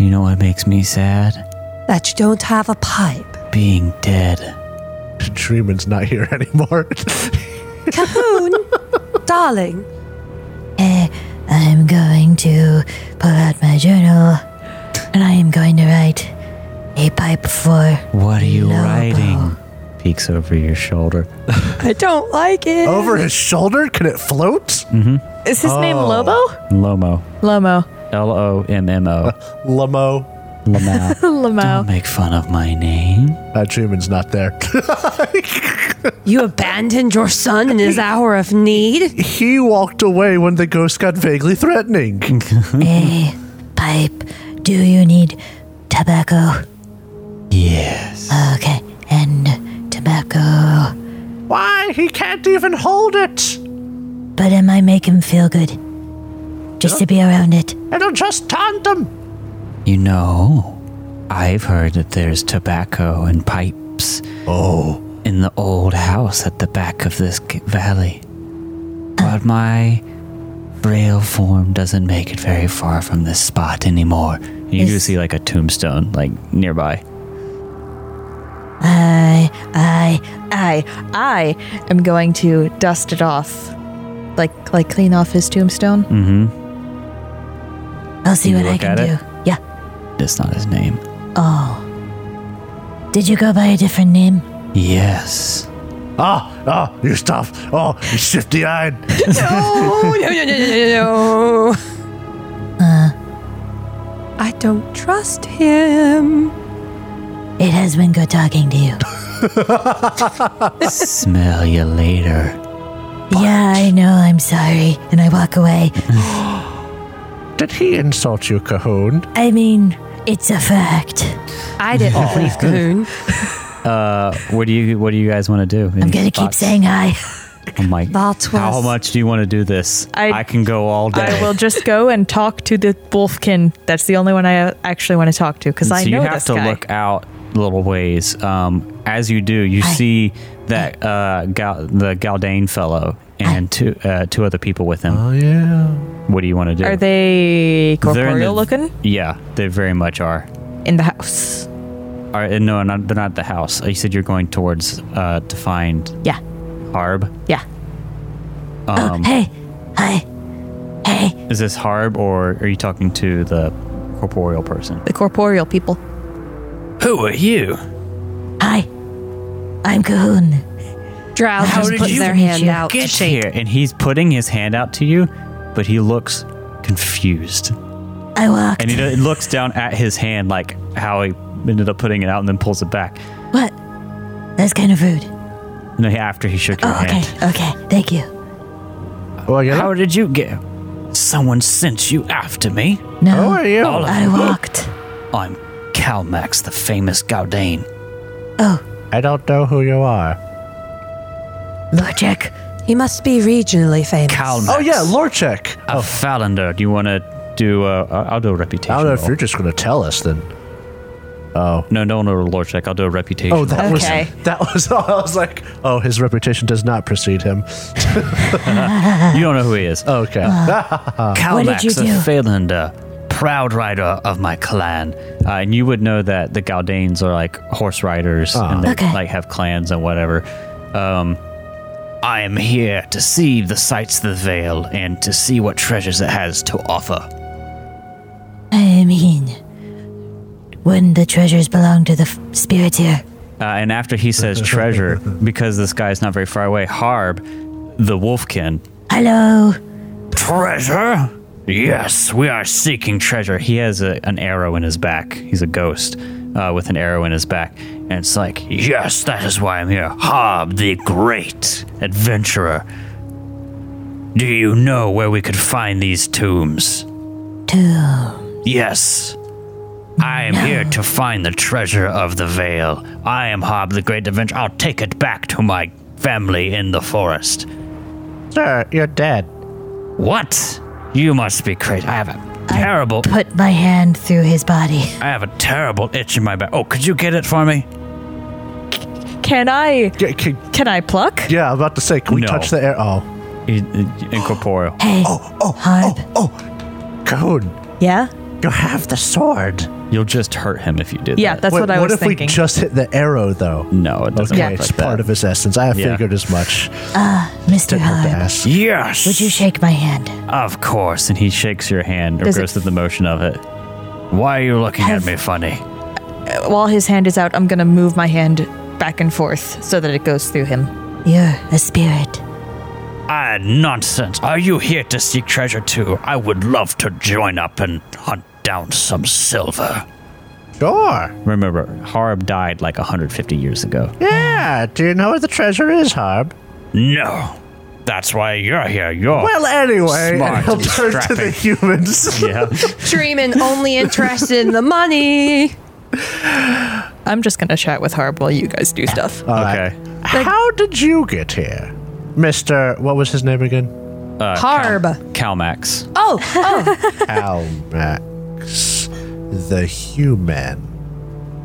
S3: You know what makes me sad?
S4: that you don't have a pipe.
S3: Being dead.
S5: Dreamin's not here anymore.
S4: Cahoon, darling,
S2: Eh, I'm going to pull out my journal and I am going to write a pipe for.
S3: What are you
S2: Lobo.
S3: writing? Peeks over your shoulder.
S4: I don't like it.
S5: Over his shoulder? Can it float?
S6: Is his name
S3: Oh.
S6: Lobo?
S3: Lomo.
S6: Lomo.
S3: L O M M O.
S5: Lamo.
S3: Lamo. Don't
S6: Lomo.
S3: make fun of my name.
S5: Uh, Dreamin's not there.
S4: You abandoned your son in his hour of need.
S5: he walked away when the ghost got vaguely threatening.
S2: a pipe. Do you need tobacco?
S3: Yes.
S2: Okay, and tobacco.
S5: Why? He can't even hold it.
S2: But it might make him feel good. Just to be around it.
S5: It'll just taunt him.
S3: You know, I've heard that there's tobacco and pipes. Oh. In the old house at the back of this g- valley. But my frail form doesn't make it very far from this spot anymore. You do
S2: Is-
S3: see like a tombstone, like nearby.
S2: I, I,
S6: I I am going to dust it off. Like like clean off his tombstone.
S2: I'll see
S3: Can Mm-hmm. you
S2: what I
S3: look
S2: can
S3: at
S2: do.
S3: it?
S2: Yeah.
S3: That's not his name.
S2: Oh. Did you go by a different name?
S3: Yes.
S5: Ah, ah, you stop. Oh, you shifty eyed.
S4: No, no, no, no, no, no. I don't trust him.
S2: It has been good talking to you.
S3: Smell you later.
S2: yeah, I know. I'm sorry. And I walk away.
S5: Did he insult you, Cahoon?
S2: I mean, it's a fact.
S4: I didn't leave Cahoon.
S3: Uh, What do you What do you guys want to do?
S2: I'm gonna keep saying hi.
S3: I'm like,
S4: That
S3: how
S4: was-
S3: much do you want to do this?
S6: I-
S3: I, can go all day.
S6: I will just go and talk to the wolfkin. That's the only one I actually want to talk to because
S3: And
S6: I
S3: so
S6: know
S3: you have
S6: this
S3: to
S6: guy.
S3: look out little ways. Um, as you do, you
S2: Hi.
S3: see that uh, Gal- the Galdane fellow and two uh, two other people with him.
S5: Oh, yeah.
S3: What do you want to do?
S6: Are they
S3: They're in the-
S6: corporeal looking
S3: Yeah, they very much are.
S6: in the house?
S3: Are and no, not, they're not the house. You said you're going towards uh, to find
S6: Yeah,
S3: Harb.
S6: yeah.
S2: oh, hey, hi, hey.
S3: Um, Is this Harb, or are you talking to the corporeal person?
S6: The corporeal people.
S3: Who are you?
S2: Hi, I'm Cahoon.
S4: Drow just
S2: did
S4: puts
S2: you
S4: their hand
S2: get
S4: out to
S3: Get
S4: shake.
S3: here, and he's putting his hand out to you, but he looks confused.
S2: I walked.
S3: And he do- looks down at his hand, like how he ended up putting it out, and then pulls it back.
S2: what? That's kind of rude.
S3: No, he- after he shook your
S2: Oh, okay,
S3: hand.
S2: okay. Thank you.
S5: Well, you know.
S3: did you get? Someone sent you after me.
S2: No,
S5: How are you?
S2: I walked.
S3: I'm Calmax, the famous Gaudane.
S2: Oh,
S5: I don't know who you are.
S2: Lorchek.
S4: He must be regionally famous.
S3: Calmax.
S5: Oh, yeah, Lorchek.
S3: a Falander. Do you want to do? Uh, I- Oh. I'll do a reputation.
S5: I don't know if
S3: roll.
S5: you're just going to tell us then.
S3: No, no, no, Lord check. I'll do a reputation.
S5: Oh, that
S6: Okay.
S5: was that was. I was like, oh, his reputation does not precede him.
S3: roll. you don't know who he is.
S5: Okay,
S2: Uh.
S5: Ah,
S2: What did you
S3: Kalmax
S2: do?
S3: of Phalanda, proud rider of my clan. Uh, and you would know that the Galdanes are like horse riders and they
S2: Okay.
S3: like have clans and whatever. Um, I am here to see the sights of the Vale and to see what treasures it has to offer.
S2: I mean, wouldn't the treasures belong to the f- spirits here?
S3: Uh, and after he says treasure, because this guy's not very far away, Harb, the Wolfkin,
S2: Hello.
S3: Treasure? Yes, we are seeking treasure. He has a, an arrow in his back. He's a ghost. uh, with an arrow in his back. And it's like, yes, that is why I'm here. Hob the Great Adventurer. Do you know where we could find these tombs?
S2: Two.
S3: Yes. I am here to find the treasure of the Vale. I am Hob the Great Adventurer. I'll take it back to my family in the forest.
S5: Sir, you're dead.
S3: What? You must be crazy. I have a terrible.
S2: Put my hand through his body.
S3: I have a terrible itch in my back. Oh, could you get it for me?
S6: Can I?
S5: Yeah, can,
S6: Can I pluck?
S5: yeah, I'm about to say, can we
S3: No.
S5: touch the air? Oh,
S3: E, Incorporeal.
S2: Hey, Harb,
S5: Cone,
S6: Yeah.
S5: oh, you have the sword.
S3: You'll just hurt him if you did
S6: Yeah,
S3: that.
S6: that's
S5: Wait,
S6: what I was
S5: if
S6: thinking.
S5: we just hit the arrow, though?
S3: No, it doesn't
S5: Okay,
S6: Yeah.
S3: work
S5: it's
S3: like
S5: part
S3: that.
S5: of his essence. I
S3: Yeah.
S5: figured as much.
S2: Mr.
S5: Ah, Didn't have to
S2: Harb,
S5: ask.
S3: Yes.
S2: would you shake my hand?
S3: Of course. And he shakes your hand or
S6: Does it-
S3: goes through the motion of it. Why are you looking at me funny?
S6: While his hand is out, I'm gonna move my hand back and forth so that it goes through him.
S2: You're a spirit.
S3: Ah, nonsense. Are you here to seek treasure too? I would love to join up and hunt down some silver.
S5: Sure.
S3: Remember, Harb died like 150 years ago.
S5: Yeah. Do you know where the treasure is, Harb?
S3: No. That's why you're here. You're.
S5: Well, anyway,
S3: Smart
S5: and he'll
S3: and
S5: turn to the humans.
S3: yeah.
S4: Dreaming only interested in the money.
S6: I'm just gonna chat with Harb while you guys do stuff.
S3: okay.
S5: How did you get here, Mister? What was his name again?
S4: Harb.
S3: Calmax.
S4: Oh, oh.
S5: Almax, the human.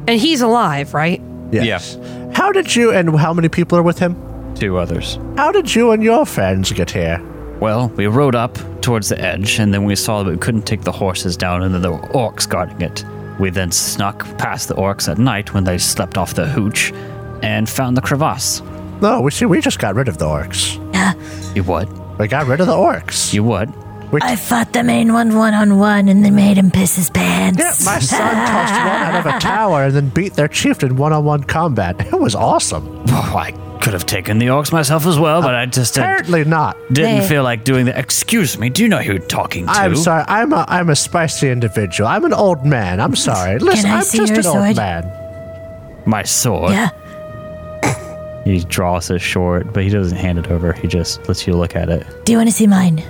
S4: and he's alive, right?
S5: Yes. How did you and how many people are with him?
S3: Two others.
S5: How did you and your friends get here?
S3: Well, we rode up towards the edge, and then we saw that we couldn't take the horses down, and that there were orcs guarding it. We then snuck past the orcs at night when they slept off their hooch, and found the crevasse.
S5: No, we see. We just got rid of the orcs.
S3: You what?
S5: We got rid of the orcs.
S3: You what?
S2: I fought the main one one on one and then made him piss his pants.
S5: Yeah, my son tossed one out of a tower and then beat their chieftain one-on-one combat. It was awesome.
S3: Oh, I could have taken the orcs myself as well, but I just didn't,
S5: Apparently not.
S3: didn't
S2: They-
S3: feel like doing that. Excuse me, do you know who you're talking to?
S5: I'm sorry. I'm a I'm a spicy individual. I'm an old man. I'm sorry. Listen,
S2: I
S5: I'm
S2: see
S5: just
S2: your
S5: an old
S2: sword?
S5: man.
S3: My sword.
S2: Yeah.
S3: He draws it short, but he doesn't hand it over. He just lets you look at it.
S2: Do you want to see mine?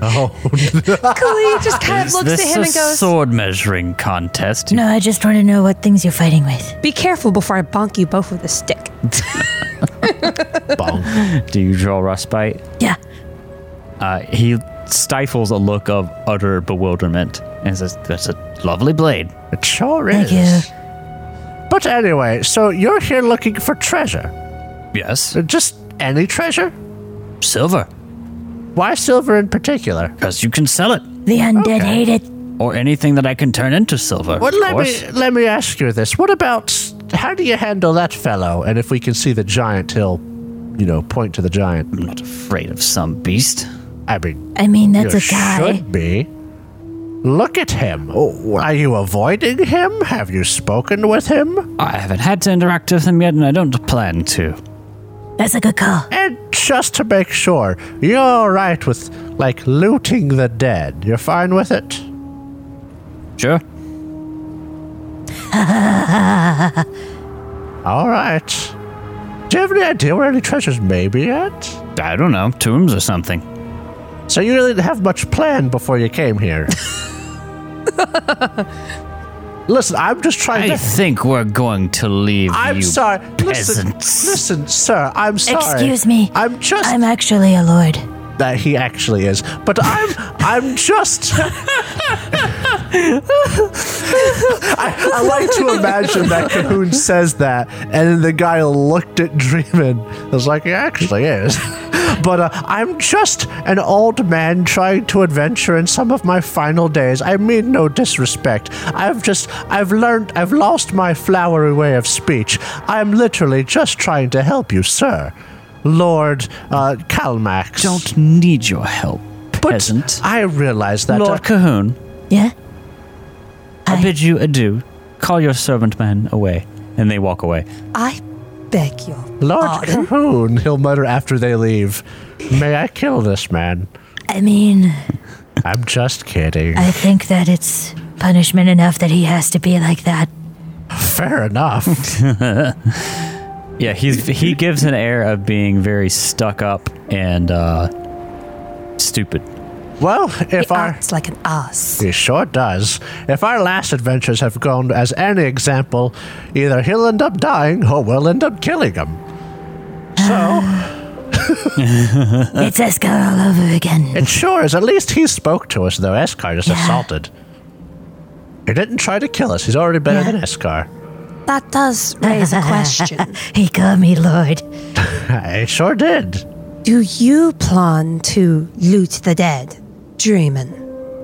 S4: Khalid just kind of
S3: Is
S4: looks at
S3: this
S4: him
S3: a
S4: and goes,
S3: sword measuring contest?
S2: No, I just want to know what things you're fighting with.
S4: Be careful before I bonk you both with a stick.
S5: Bonk.
S3: Do you draw respite?
S2: Yeah.
S3: Uh, he stifles a look of utter bewilderment and says, "That's a lovely blade."
S5: It sure is.
S2: Thank you.
S5: But anyway, so you're here looking for treasure.
S3: Yes,
S5: Just any treasure?
S3: silver,
S5: Why silver in particular?
S3: because you can sell it,
S2: The undead
S5: Okay.
S2: hate it.
S3: or anything that I can turn into silver.
S5: Well,
S3: of
S5: let
S3: course.
S5: me let me ask you this. What about how do you handle that fellow? And if we can see the giant, he'll, you know, point to the giant.
S3: I'm not afraid of some beast.
S5: I mean,
S2: I mean, that's
S5: you
S2: a guy.
S5: should be. Look at him. Oh, are you avoiding him? Have you spoken with him?
S3: I haven't had to interact with him yet, and I don't plan to.
S2: That's a good call.
S5: And just to make sure, you're all right with like looting the dead. You're fine with it.
S3: Sure.
S5: All right. Do you have any idea where any treasures may be at?
S3: I don't know, tombs or something.
S5: So you really didn't have much planned before you came here. listen, I'm just trying
S3: I
S5: to.
S3: think we're going to leave
S5: I'm
S3: you
S5: sorry. Listen,
S3: peasants.
S5: listen, sir. I'm sorry.
S2: Excuse me.
S5: I'm just
S2: I'm actually a lord.
S5: that he actually is, but I'm I'm just. I, I like to imagine that Cahoon says that, and then the guy looked at Dreamin. was like, he actually is. But uh, I'm just an old man trying to adventure in some of my final days. I mean no disrespect. I've just, I've learned, I've lost my flowery way of speech. I'm literally just trying to help you, sir. Lord uh, Calmax.
S3: Don't need your help, peasant.
S5: I realize that.
S3: Lord Cahoon,
S2: Yeah?
S3: I
S2: I-
S3: bid you adieu. Call your servant man away. And they walk away.
S4: I beg your
S5: Lord
S4: pardon.
S5: Cahoon, he'll mutter after they leave. May I kill this man?
S2: I mean,
S5: I'm just kidding.
S2: I think that it's punishment enough that he has to be like that
S5: Fair enough.
S3: Yeah, he's he gives an air of being very stuck up and uh, stupid.
S5: well, if
S2: He
S5: our
S2: acts like an ass.
S5: He sure does. If our last adventures have gone as any example, either he'll end up dying or we'll end up killing him. So,
S2: It's Escar all over again.
S5: it sure is. At least he spoke to us, though Eskar is assaulted. He didn't try to kill us. He's already better than Eskar.
S4: That does raise a question.
S2: He call me Lord.
S5: He sure did.
S4: Do you plan to loot the dead, Dreamin?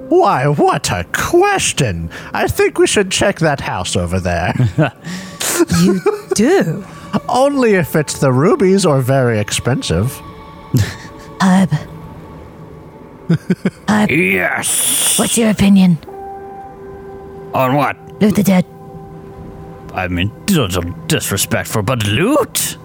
S5: Why, what a question! I think we should check that house over there.
S4: You do.
S5: Only if it's the rubies or very expensive.
S2: Herb. Herb. Yes. What's your opinion?
S3: On what?
S2: Loot the dead.
S3: I mean, those are disrespectful, but loot.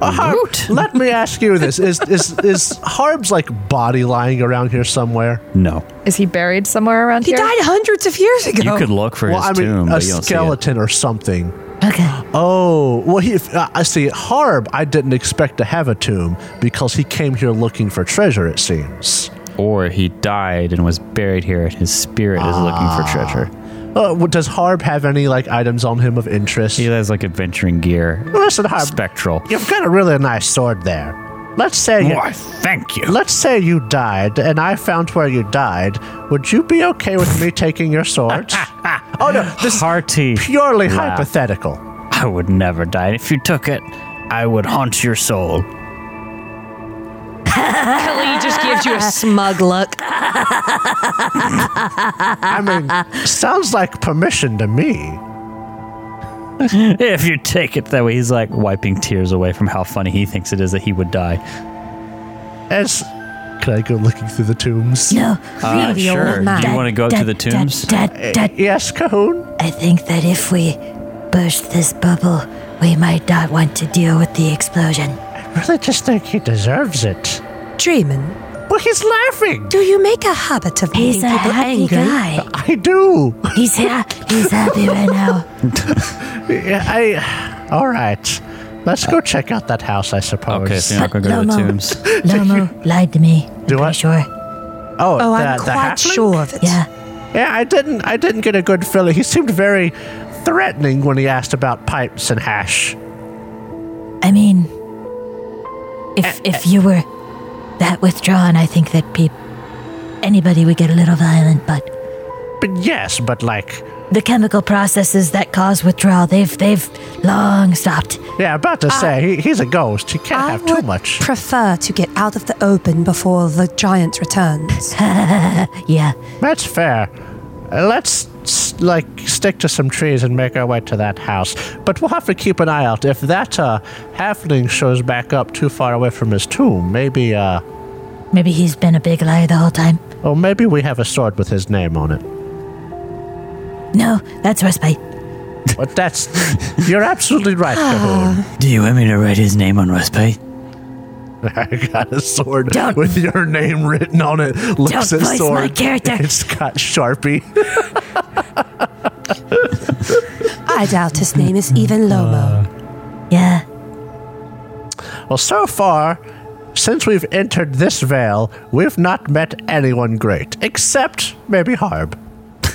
S3: Loot?
S5: Uh, Let me ask you this: Is is is Harb's like body lying around here somewhere?
S3: No,
S6: Is he buried somewhere around
S4: He
S6: here?
S4: died hundreds of years ago.
S3: you could look for
S5: Well,
S3: his
S5: I mean,
S3: tomb,
S5: a
S3: but you don't
S5: skeleton or something.
S2: Okay.
S5: Oh, well, he. uh, I see. Harb, I didn't expect to have a tomb because he came here looking for treasure. It seems.
S3: see it. Or he died and was buried here, and his spirit is looking for treasure.
S5: Uh, well, does Harb have any like items on him of interest?
S3: He has like adventuring gear,
S5: Listen, Harb,
S3: spectral.
S5: you've got a really nice sword there. Let's say. You,
S3: Why? Thank you.
S5: Let's say you died, and I found where you died. Would you be okay with me taking your sword? oh no, this is
S3: Hearty.
S5: purely
S3: laugh.
S5: hypothetical.
S3: I would never die. If you took it, I would haunt your soul.
S4: He just gives you a smug look.
S5: I
S2: Uh,
S5: mean, sounds like permission to me.
S3: If you take it that way, he's like wiping tears away from how funny he thinks it is that he would die.
S5: It's. Can I go looking through the tombs?
S2: No.
S3: Uh, sure. Do you want to go up to the tombs?
S2: Dad, dad,
S5: Yes, Cahoon.
S2: I think that if we burst this bubble, we might not want to deal with the explosion.
S5: I really just think he deserves it.
S4: Dreamin,
S5: Well, he's laughing.
S4: do you make a habit of
S2: He's
S4: making
S2: a
S4: people
S2: happy
S4: angry?
S2: guy.
S5: I do.
S2: He's here. He's happy right now.
S5: Yeah, I. All right. Let's go check out that house, I suppose.
S3: Okay, so you're not going to go to the
S2: Lomo.
S3: tombs.
S2: Lomo lied to me. I'm
S5: Do
S2: pretty
S5: what?
S2: sure.
S5: Oh,
S4: Oh,
S5: the-
S4: I'm
S5: the
S4: quite
S5: halfling?
S4: sure of it.
S2: Yeah.
S5: Yeah, I didn't. I didn't get a good feeling. He seemed very threatening when he asked about pipes and hash.
S2: I mean,
S4: Uh,
S2: if if you were that withdrawn, I think that peop anybody would get a little violent. But
S5: But yes, but like,
S2: the chemical processes that cause withdrawal, they've they've long stopped.
S5: yeah, about
S2: Ah.
S5: to say he, he's a ghost. He can't
S4: I
S5: have too
S4: would
S5: much.
S4: prefer to get out of the open before the giant returns.
S2: Yeah.
S5: That's fair. Uh, Let's s- like stick to some trees and make our way to that house. But we'll have to keep an eye out. If that uh, halfling shows back up too far away from his tomb, maybe uh,
S2: Maybe he's been a big liar the whole time.
S5: or maybe we have a sword with his name on it.
S2: No, that's respite.
S5: But that's you're absolutely right,
S2: Ah.
S5: Cahoon.
S3: Do you want me to write his name on Respite?
S5: I got a sword
S2: Don't-
S5: with your name written on it. Looks at
S2: Don't voice
S5: sword.
S2: my character.
S5: It's got sharpie.
S4: I doubt his name is even Lomo.
S2: Yeah.
S5: Well, so far, since we've entered this vale, we've not met anyone great, except maybe Harb.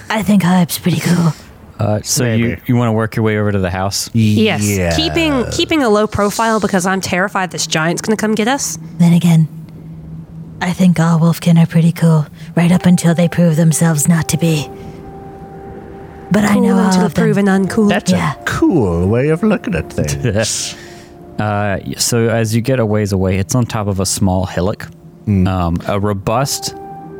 S2: I think Hype's pretty cool.
S3: Uh, so you,
S5: Maybe.
S3: you want to work your way over to the house?
S4: Yes.
S5: Yeah.
S4: Keeping keeping a low profile because I'm terrified this giant's gonna come get us.
S2: Then again, I think all Wolfkin are pretty cool, right up until they prove themselves not to be. But I know
S4: Cool
S2: all
S4: until
S2: of them.
S4: proven uncool.
S5: That's
S2: Yeah.
S5: a cool way of looking at things.
S3: Uh, so as you get a ways away, it's on top of a small hillock. Um, a robust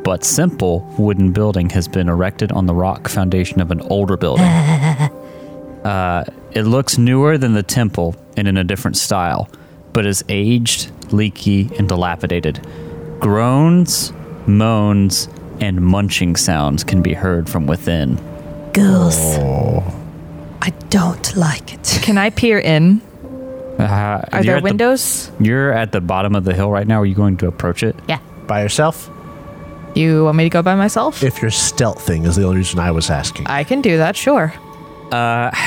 S3: but simple wooden building has been erected on the rock foundation of an older building. uh, it looks newer than the temple and in a different style, but is aged, leaky, and dilapidated. Groans, moans, and munching sounds can be heard from within.
S2: Ghouls.
S4: I don't like it.
S6: Can I peer in?
S3: Uh,
S6: Are
S3: you're
S6: there
S3: at the-
S6: windows?
S3: you're at the bottom of the hill right now. Are you going to approach it?
S2: Yeah.
S5: By yourself?
S6: You want me to go by myself?
S5: If your stealth thing is the only reason I was asking.
S6: I can do that, sure.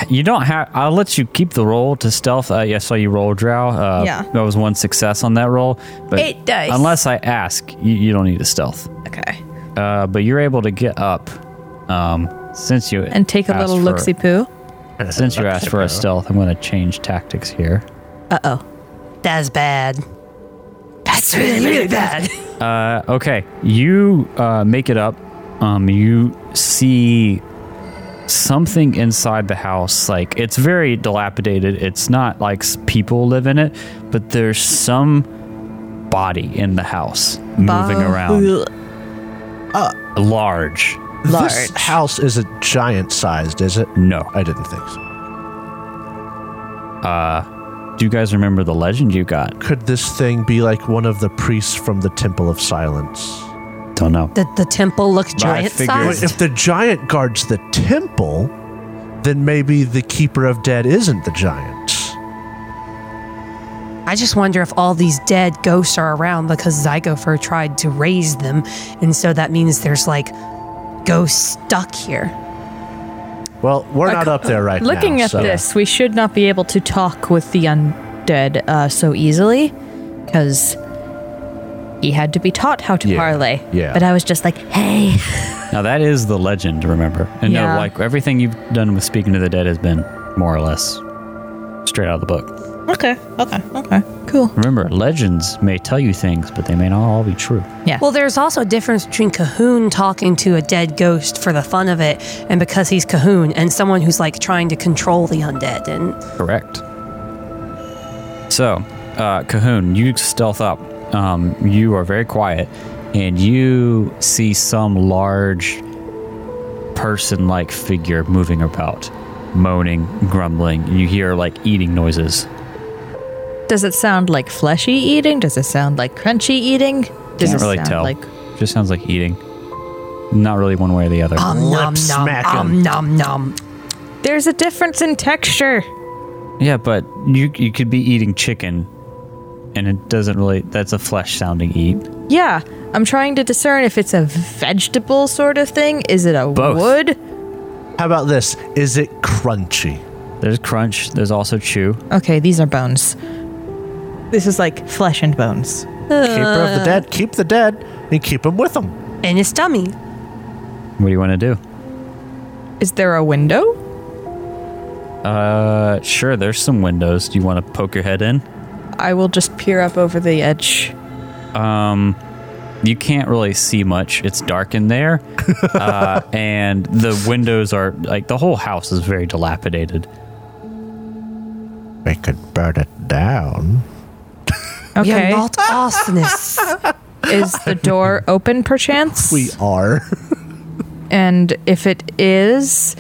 S3: You don't have. I'll let you keep the roll to stealth. Uh, yeah, I saw you roll, Drow. Uh,
S6: Yeah.
S3: that was one success on that roll. But
S6: Eight dice.
S3: Unless I ask, you, you don't need to stealth.
S6: Okay.
S3: Uh, but you're able to get up. Um, since you
S6: And take a
S3: asked
S6: little
S3: for-
S6: looksy poo.
S3: Since you asked for a stealth, I'm going to change tactics here.
S4: That's bad.
S6: That's really, really bad.
S3: Okay, you uh, make it up. Um, you see something inside the house. Like it's very dilapidated. It's not like s- people live in it, but there's some body in the house moving around, large.
S5: This house is a giant sized, is it?
S3: No.
S5: I didn't think so.
S3: Do you guys remember the legend you got?
S5: Could this thing be like one of the priests from the Temple of Silence?
S3: Don't know.
S4: The, the temple looks
S3: I
S4: giant
S3: figured-
S5: Wait,
S4: sized.
S5: if the giant guards the temple, then maybe the keeper of dead isn't the giant.
S4: I just wonder if all these dead ghosts are around because Zygofer tried to raise them. And so that means there's like ghosts stuck here.
S5: Well, we're not up there right now.
S6: Looking at
S5: so-
S6: this, we should not be able to talk with the undead uh, so easily because he had to be taught how to
S5: Yeah,
S6: parlay.
S5: yeah.
S6: But I was just like, hey.
S3: Now that is the legend. Remember, and no,
S6: Yeah.
S3: like everything you've done with speaking to the dead has been more or less straight out of the book.
S6: Okay, okay, okay. Cool.
S3: Remember, legends may tell you things, but they may not all be true.
S6: Yeah.
S4: Well, there's also a difference between Cahoon talking to a dead ghost for the fun of it and because he's Cahoon and someone who's like trying to control the undead. And
S3: Correct. So, uh, Cahoon, you stealth up. Um, you are very quiet, and you see some large person like figure moving about, moaning, grumbling. You hear like eating noises.
S6: Does it sound like fleshy eating? Does it sound like crunchy eating? Does
S3: Can't
S6: it
S3: really
S6: sound
S3: tell.
S6: like
S3: Just sounds like eating. Not really one way or the other.
S4: um, nom,
S5: Lip
S4: nom,
S5: smacking.
S4: um, nom, nom.
S6: there's a difference in texture?
S3: Yeah, but you you could be eating chicken, and it doesn't really. That's a flesh sounding eat.
S6: Yeah, I'm trying to discern if it's a vegetable sort of thing. Is it a
S3: Both.
S6: wood?
S5: How about this? Is it crunchy?
S3: There's crunch. There's also chew.
S6: Okay, these are bones. This is like flesh and bones.
S5: Keeper of the dead, keep the dead, and keep them with them.
S4: And his tummy.
S3: What do you want to do?
S6: Is there a window?
S3: Uh, sure. There's some windows. Do you want to poke your head in?
S6: I will just peer up over the edge.
S3: You can't really see much. It's dark in there, uh, and the windows are like the whole house is very dilapidated.
S5: We could burn it down.
S4: We are
S6: Okay.
S4: not arsonists.
S6: Is the door open perchance?
S5: We are.
S6: and if it is,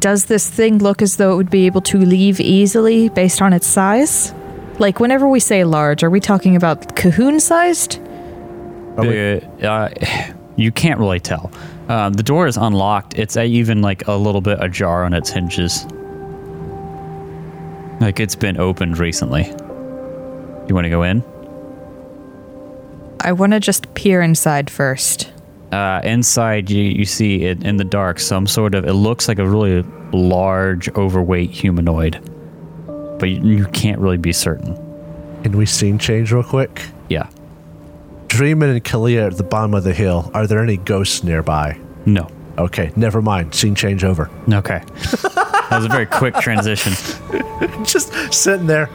S6: does this thing look as though it would be able to leave easily based on its size? Like whenever we say large, are we talking about cahoon sized?
S3: Uh, uh, you can't really tell. Uh, the door is unlocked. It's a, even like a little bit ajar on its hinges. Like it's been opened recently. You want to go in?
S6: I want to just peer inside first.
S3: Uh, inside, you, you see it in the dark. Some sort of it looks like a really large, overweight humanoid, but you, you can't really be certain.
S5: Can we scene change real quick?
S3: Yeah,
S5: Dreamin and Kalia are at the bottom of the hill. Are there any ghosts nearby?
S3: no.
S5: Okay, never mind. Scene change over.
S3: Okay, that was a very quick transition.
S5: Just sitting there.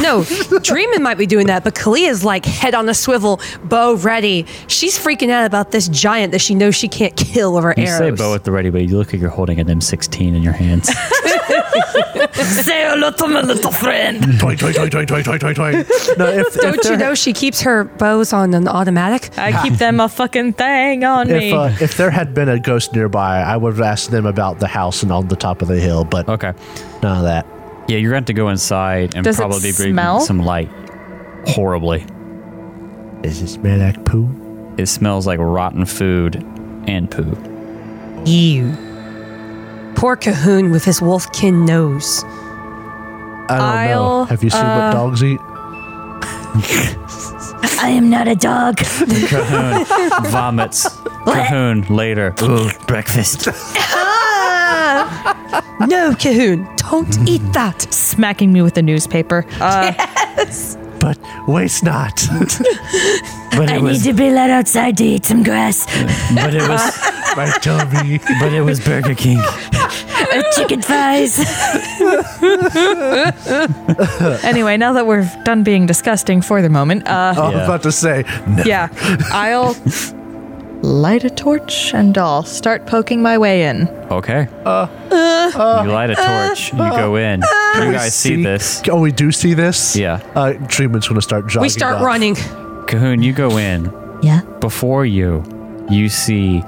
S4: No, Dreamin might be doing that, but Kalia's like head on a swivel, bow ready. She's freaking out about this giant that she knows she can't kill with her
S3: You
S4: arrows.
S3: say bow at the ready, but you look like you're holding an M16 in your hands.
S6: Say hello to my little friend.
S5: Twang, twang, twang, twang, twang, twang, twang, twang. No, if, if,
S4: Don't you
S5: there,
S4: know she keeps her bows on an automatic?
S6: I keep them a fucking thing on me.
S5: if, uh, if there had been a ghost nearby, I would have asked them about the house and on the top of the hill, but
S3: okay,
S5: none of that.
S3: yeah, you're going to have to go inside and
S6: Does it
S3: probably bring
S6: smell?
S3: some light. Horribly,
S5: Is this man like poo?
S3: it smells like rotten food and poo.
S4: You. Poor Cahoon with his wolfkin nose.
S5: I don't know.
S6: I'll,
S5: Have you seen what dogs eat?
S2: I am not a dog.
S3: Cahoon vomits. Cahoon later. breakfast.
S4: no, Cahoon, don't eat that.
S6: Smacking me with a newspaper. Uh,
S5: But waste not.
S7: But
S2: I
S7: it was,
S2: need to be let outside to eat some grass.
S7: but it was,
S5: My tummy.
S7: but it was Burger King.
S2: Uh, chicken fries.
S6: anyway, now that we're done being disgusting for the moment, uh,
S5: I was
S7: Yeah.
S5: about to say, no.
S6: yeah, I'll light a torch and I'll start poking my way in.
S7: Okay. you light a torch. you go in. you
S5: we
S7: guys see this.
S5: Oh, we do see this?
S7: Yeah.
S5: Uh, treatment's going to start jogging.
S4: We start
S5: off.
S4: running.
S7: Cahoon, you go in.
S2: Yeah.
S7: Before you, you see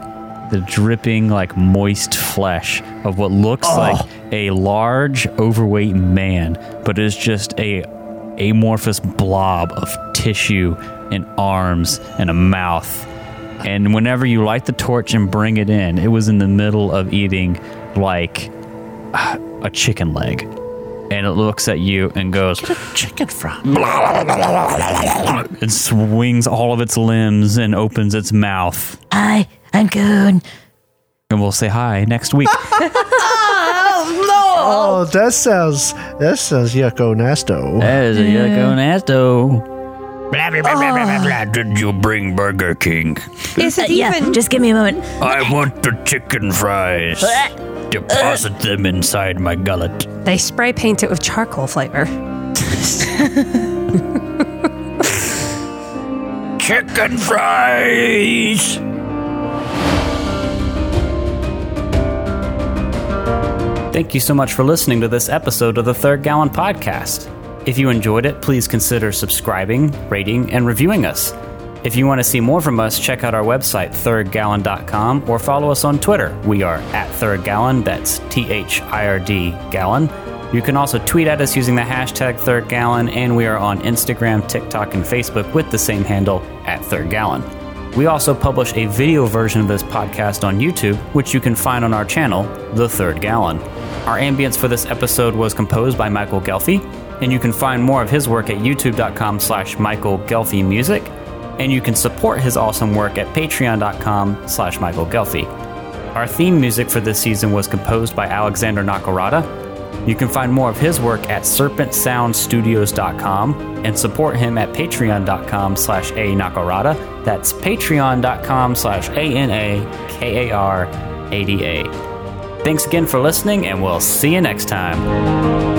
S7: the dripping, like moist flesh of what looks like a large, overweight man, but is just a amorphous blob of tissue and arms and a mouth. And whenever you light the torch and bring it in, it was in the middle of eating like a chicken leg. And it looks at you and goes,
S5: Chicken fry.
S7: and swings all of its limbs and opens its mouth.
S2: Hi, I'm Coon.
S7: And we'll say hi next week.
S5: Oh, that sounds, that sounds yucko nasto.
S7: that is a yucko nasto.
S8: Blah, blah, blah, blah, blah, blah, blah. Did you bring Burger King?
S4: Is it
S2: Uh, Yeah,
S4: even?
S2: just give me a moment.
S8: I want the chicken fries. Deposit them inside my gullet.
S4: They spray paint it with charcoal flavor.
S8: Chicken fries!
S3: Thank you so much for listening to this episode of the Third Gallon Podcast. If you enjoyed it, please consider subscribing, rating, and reviewing us. If you want to see more from us, check out our website, thirdgallon.com, or follow us on Twitter. We are at Third Gallon, that's T H I R D Gallon. You can also tweet at us using the hashtag Third Gallon, and we are on Instagram, TikTok, and Facebook with the same handle, at Third Gallon. We also publish a video version of this podcast on YouTube, which you can find on our channel, The Third Gallon. Our ambience for this episode was composed by Michael Gelfi, and you can find more of his work at youtube.com slash Michael Gelfi Music, and you can support his awesome work at patreon.com slash Michael Gelfi. Our theme music for this season was composed by Alexander Nakarada, you can find more of his work at serpentsoundstudios.com and support him at patreon.com slash a nakarada. That's patreon.com slash A-N-A-K-A-R-A-D-A. Thanks again for listening, and we'll see you next time.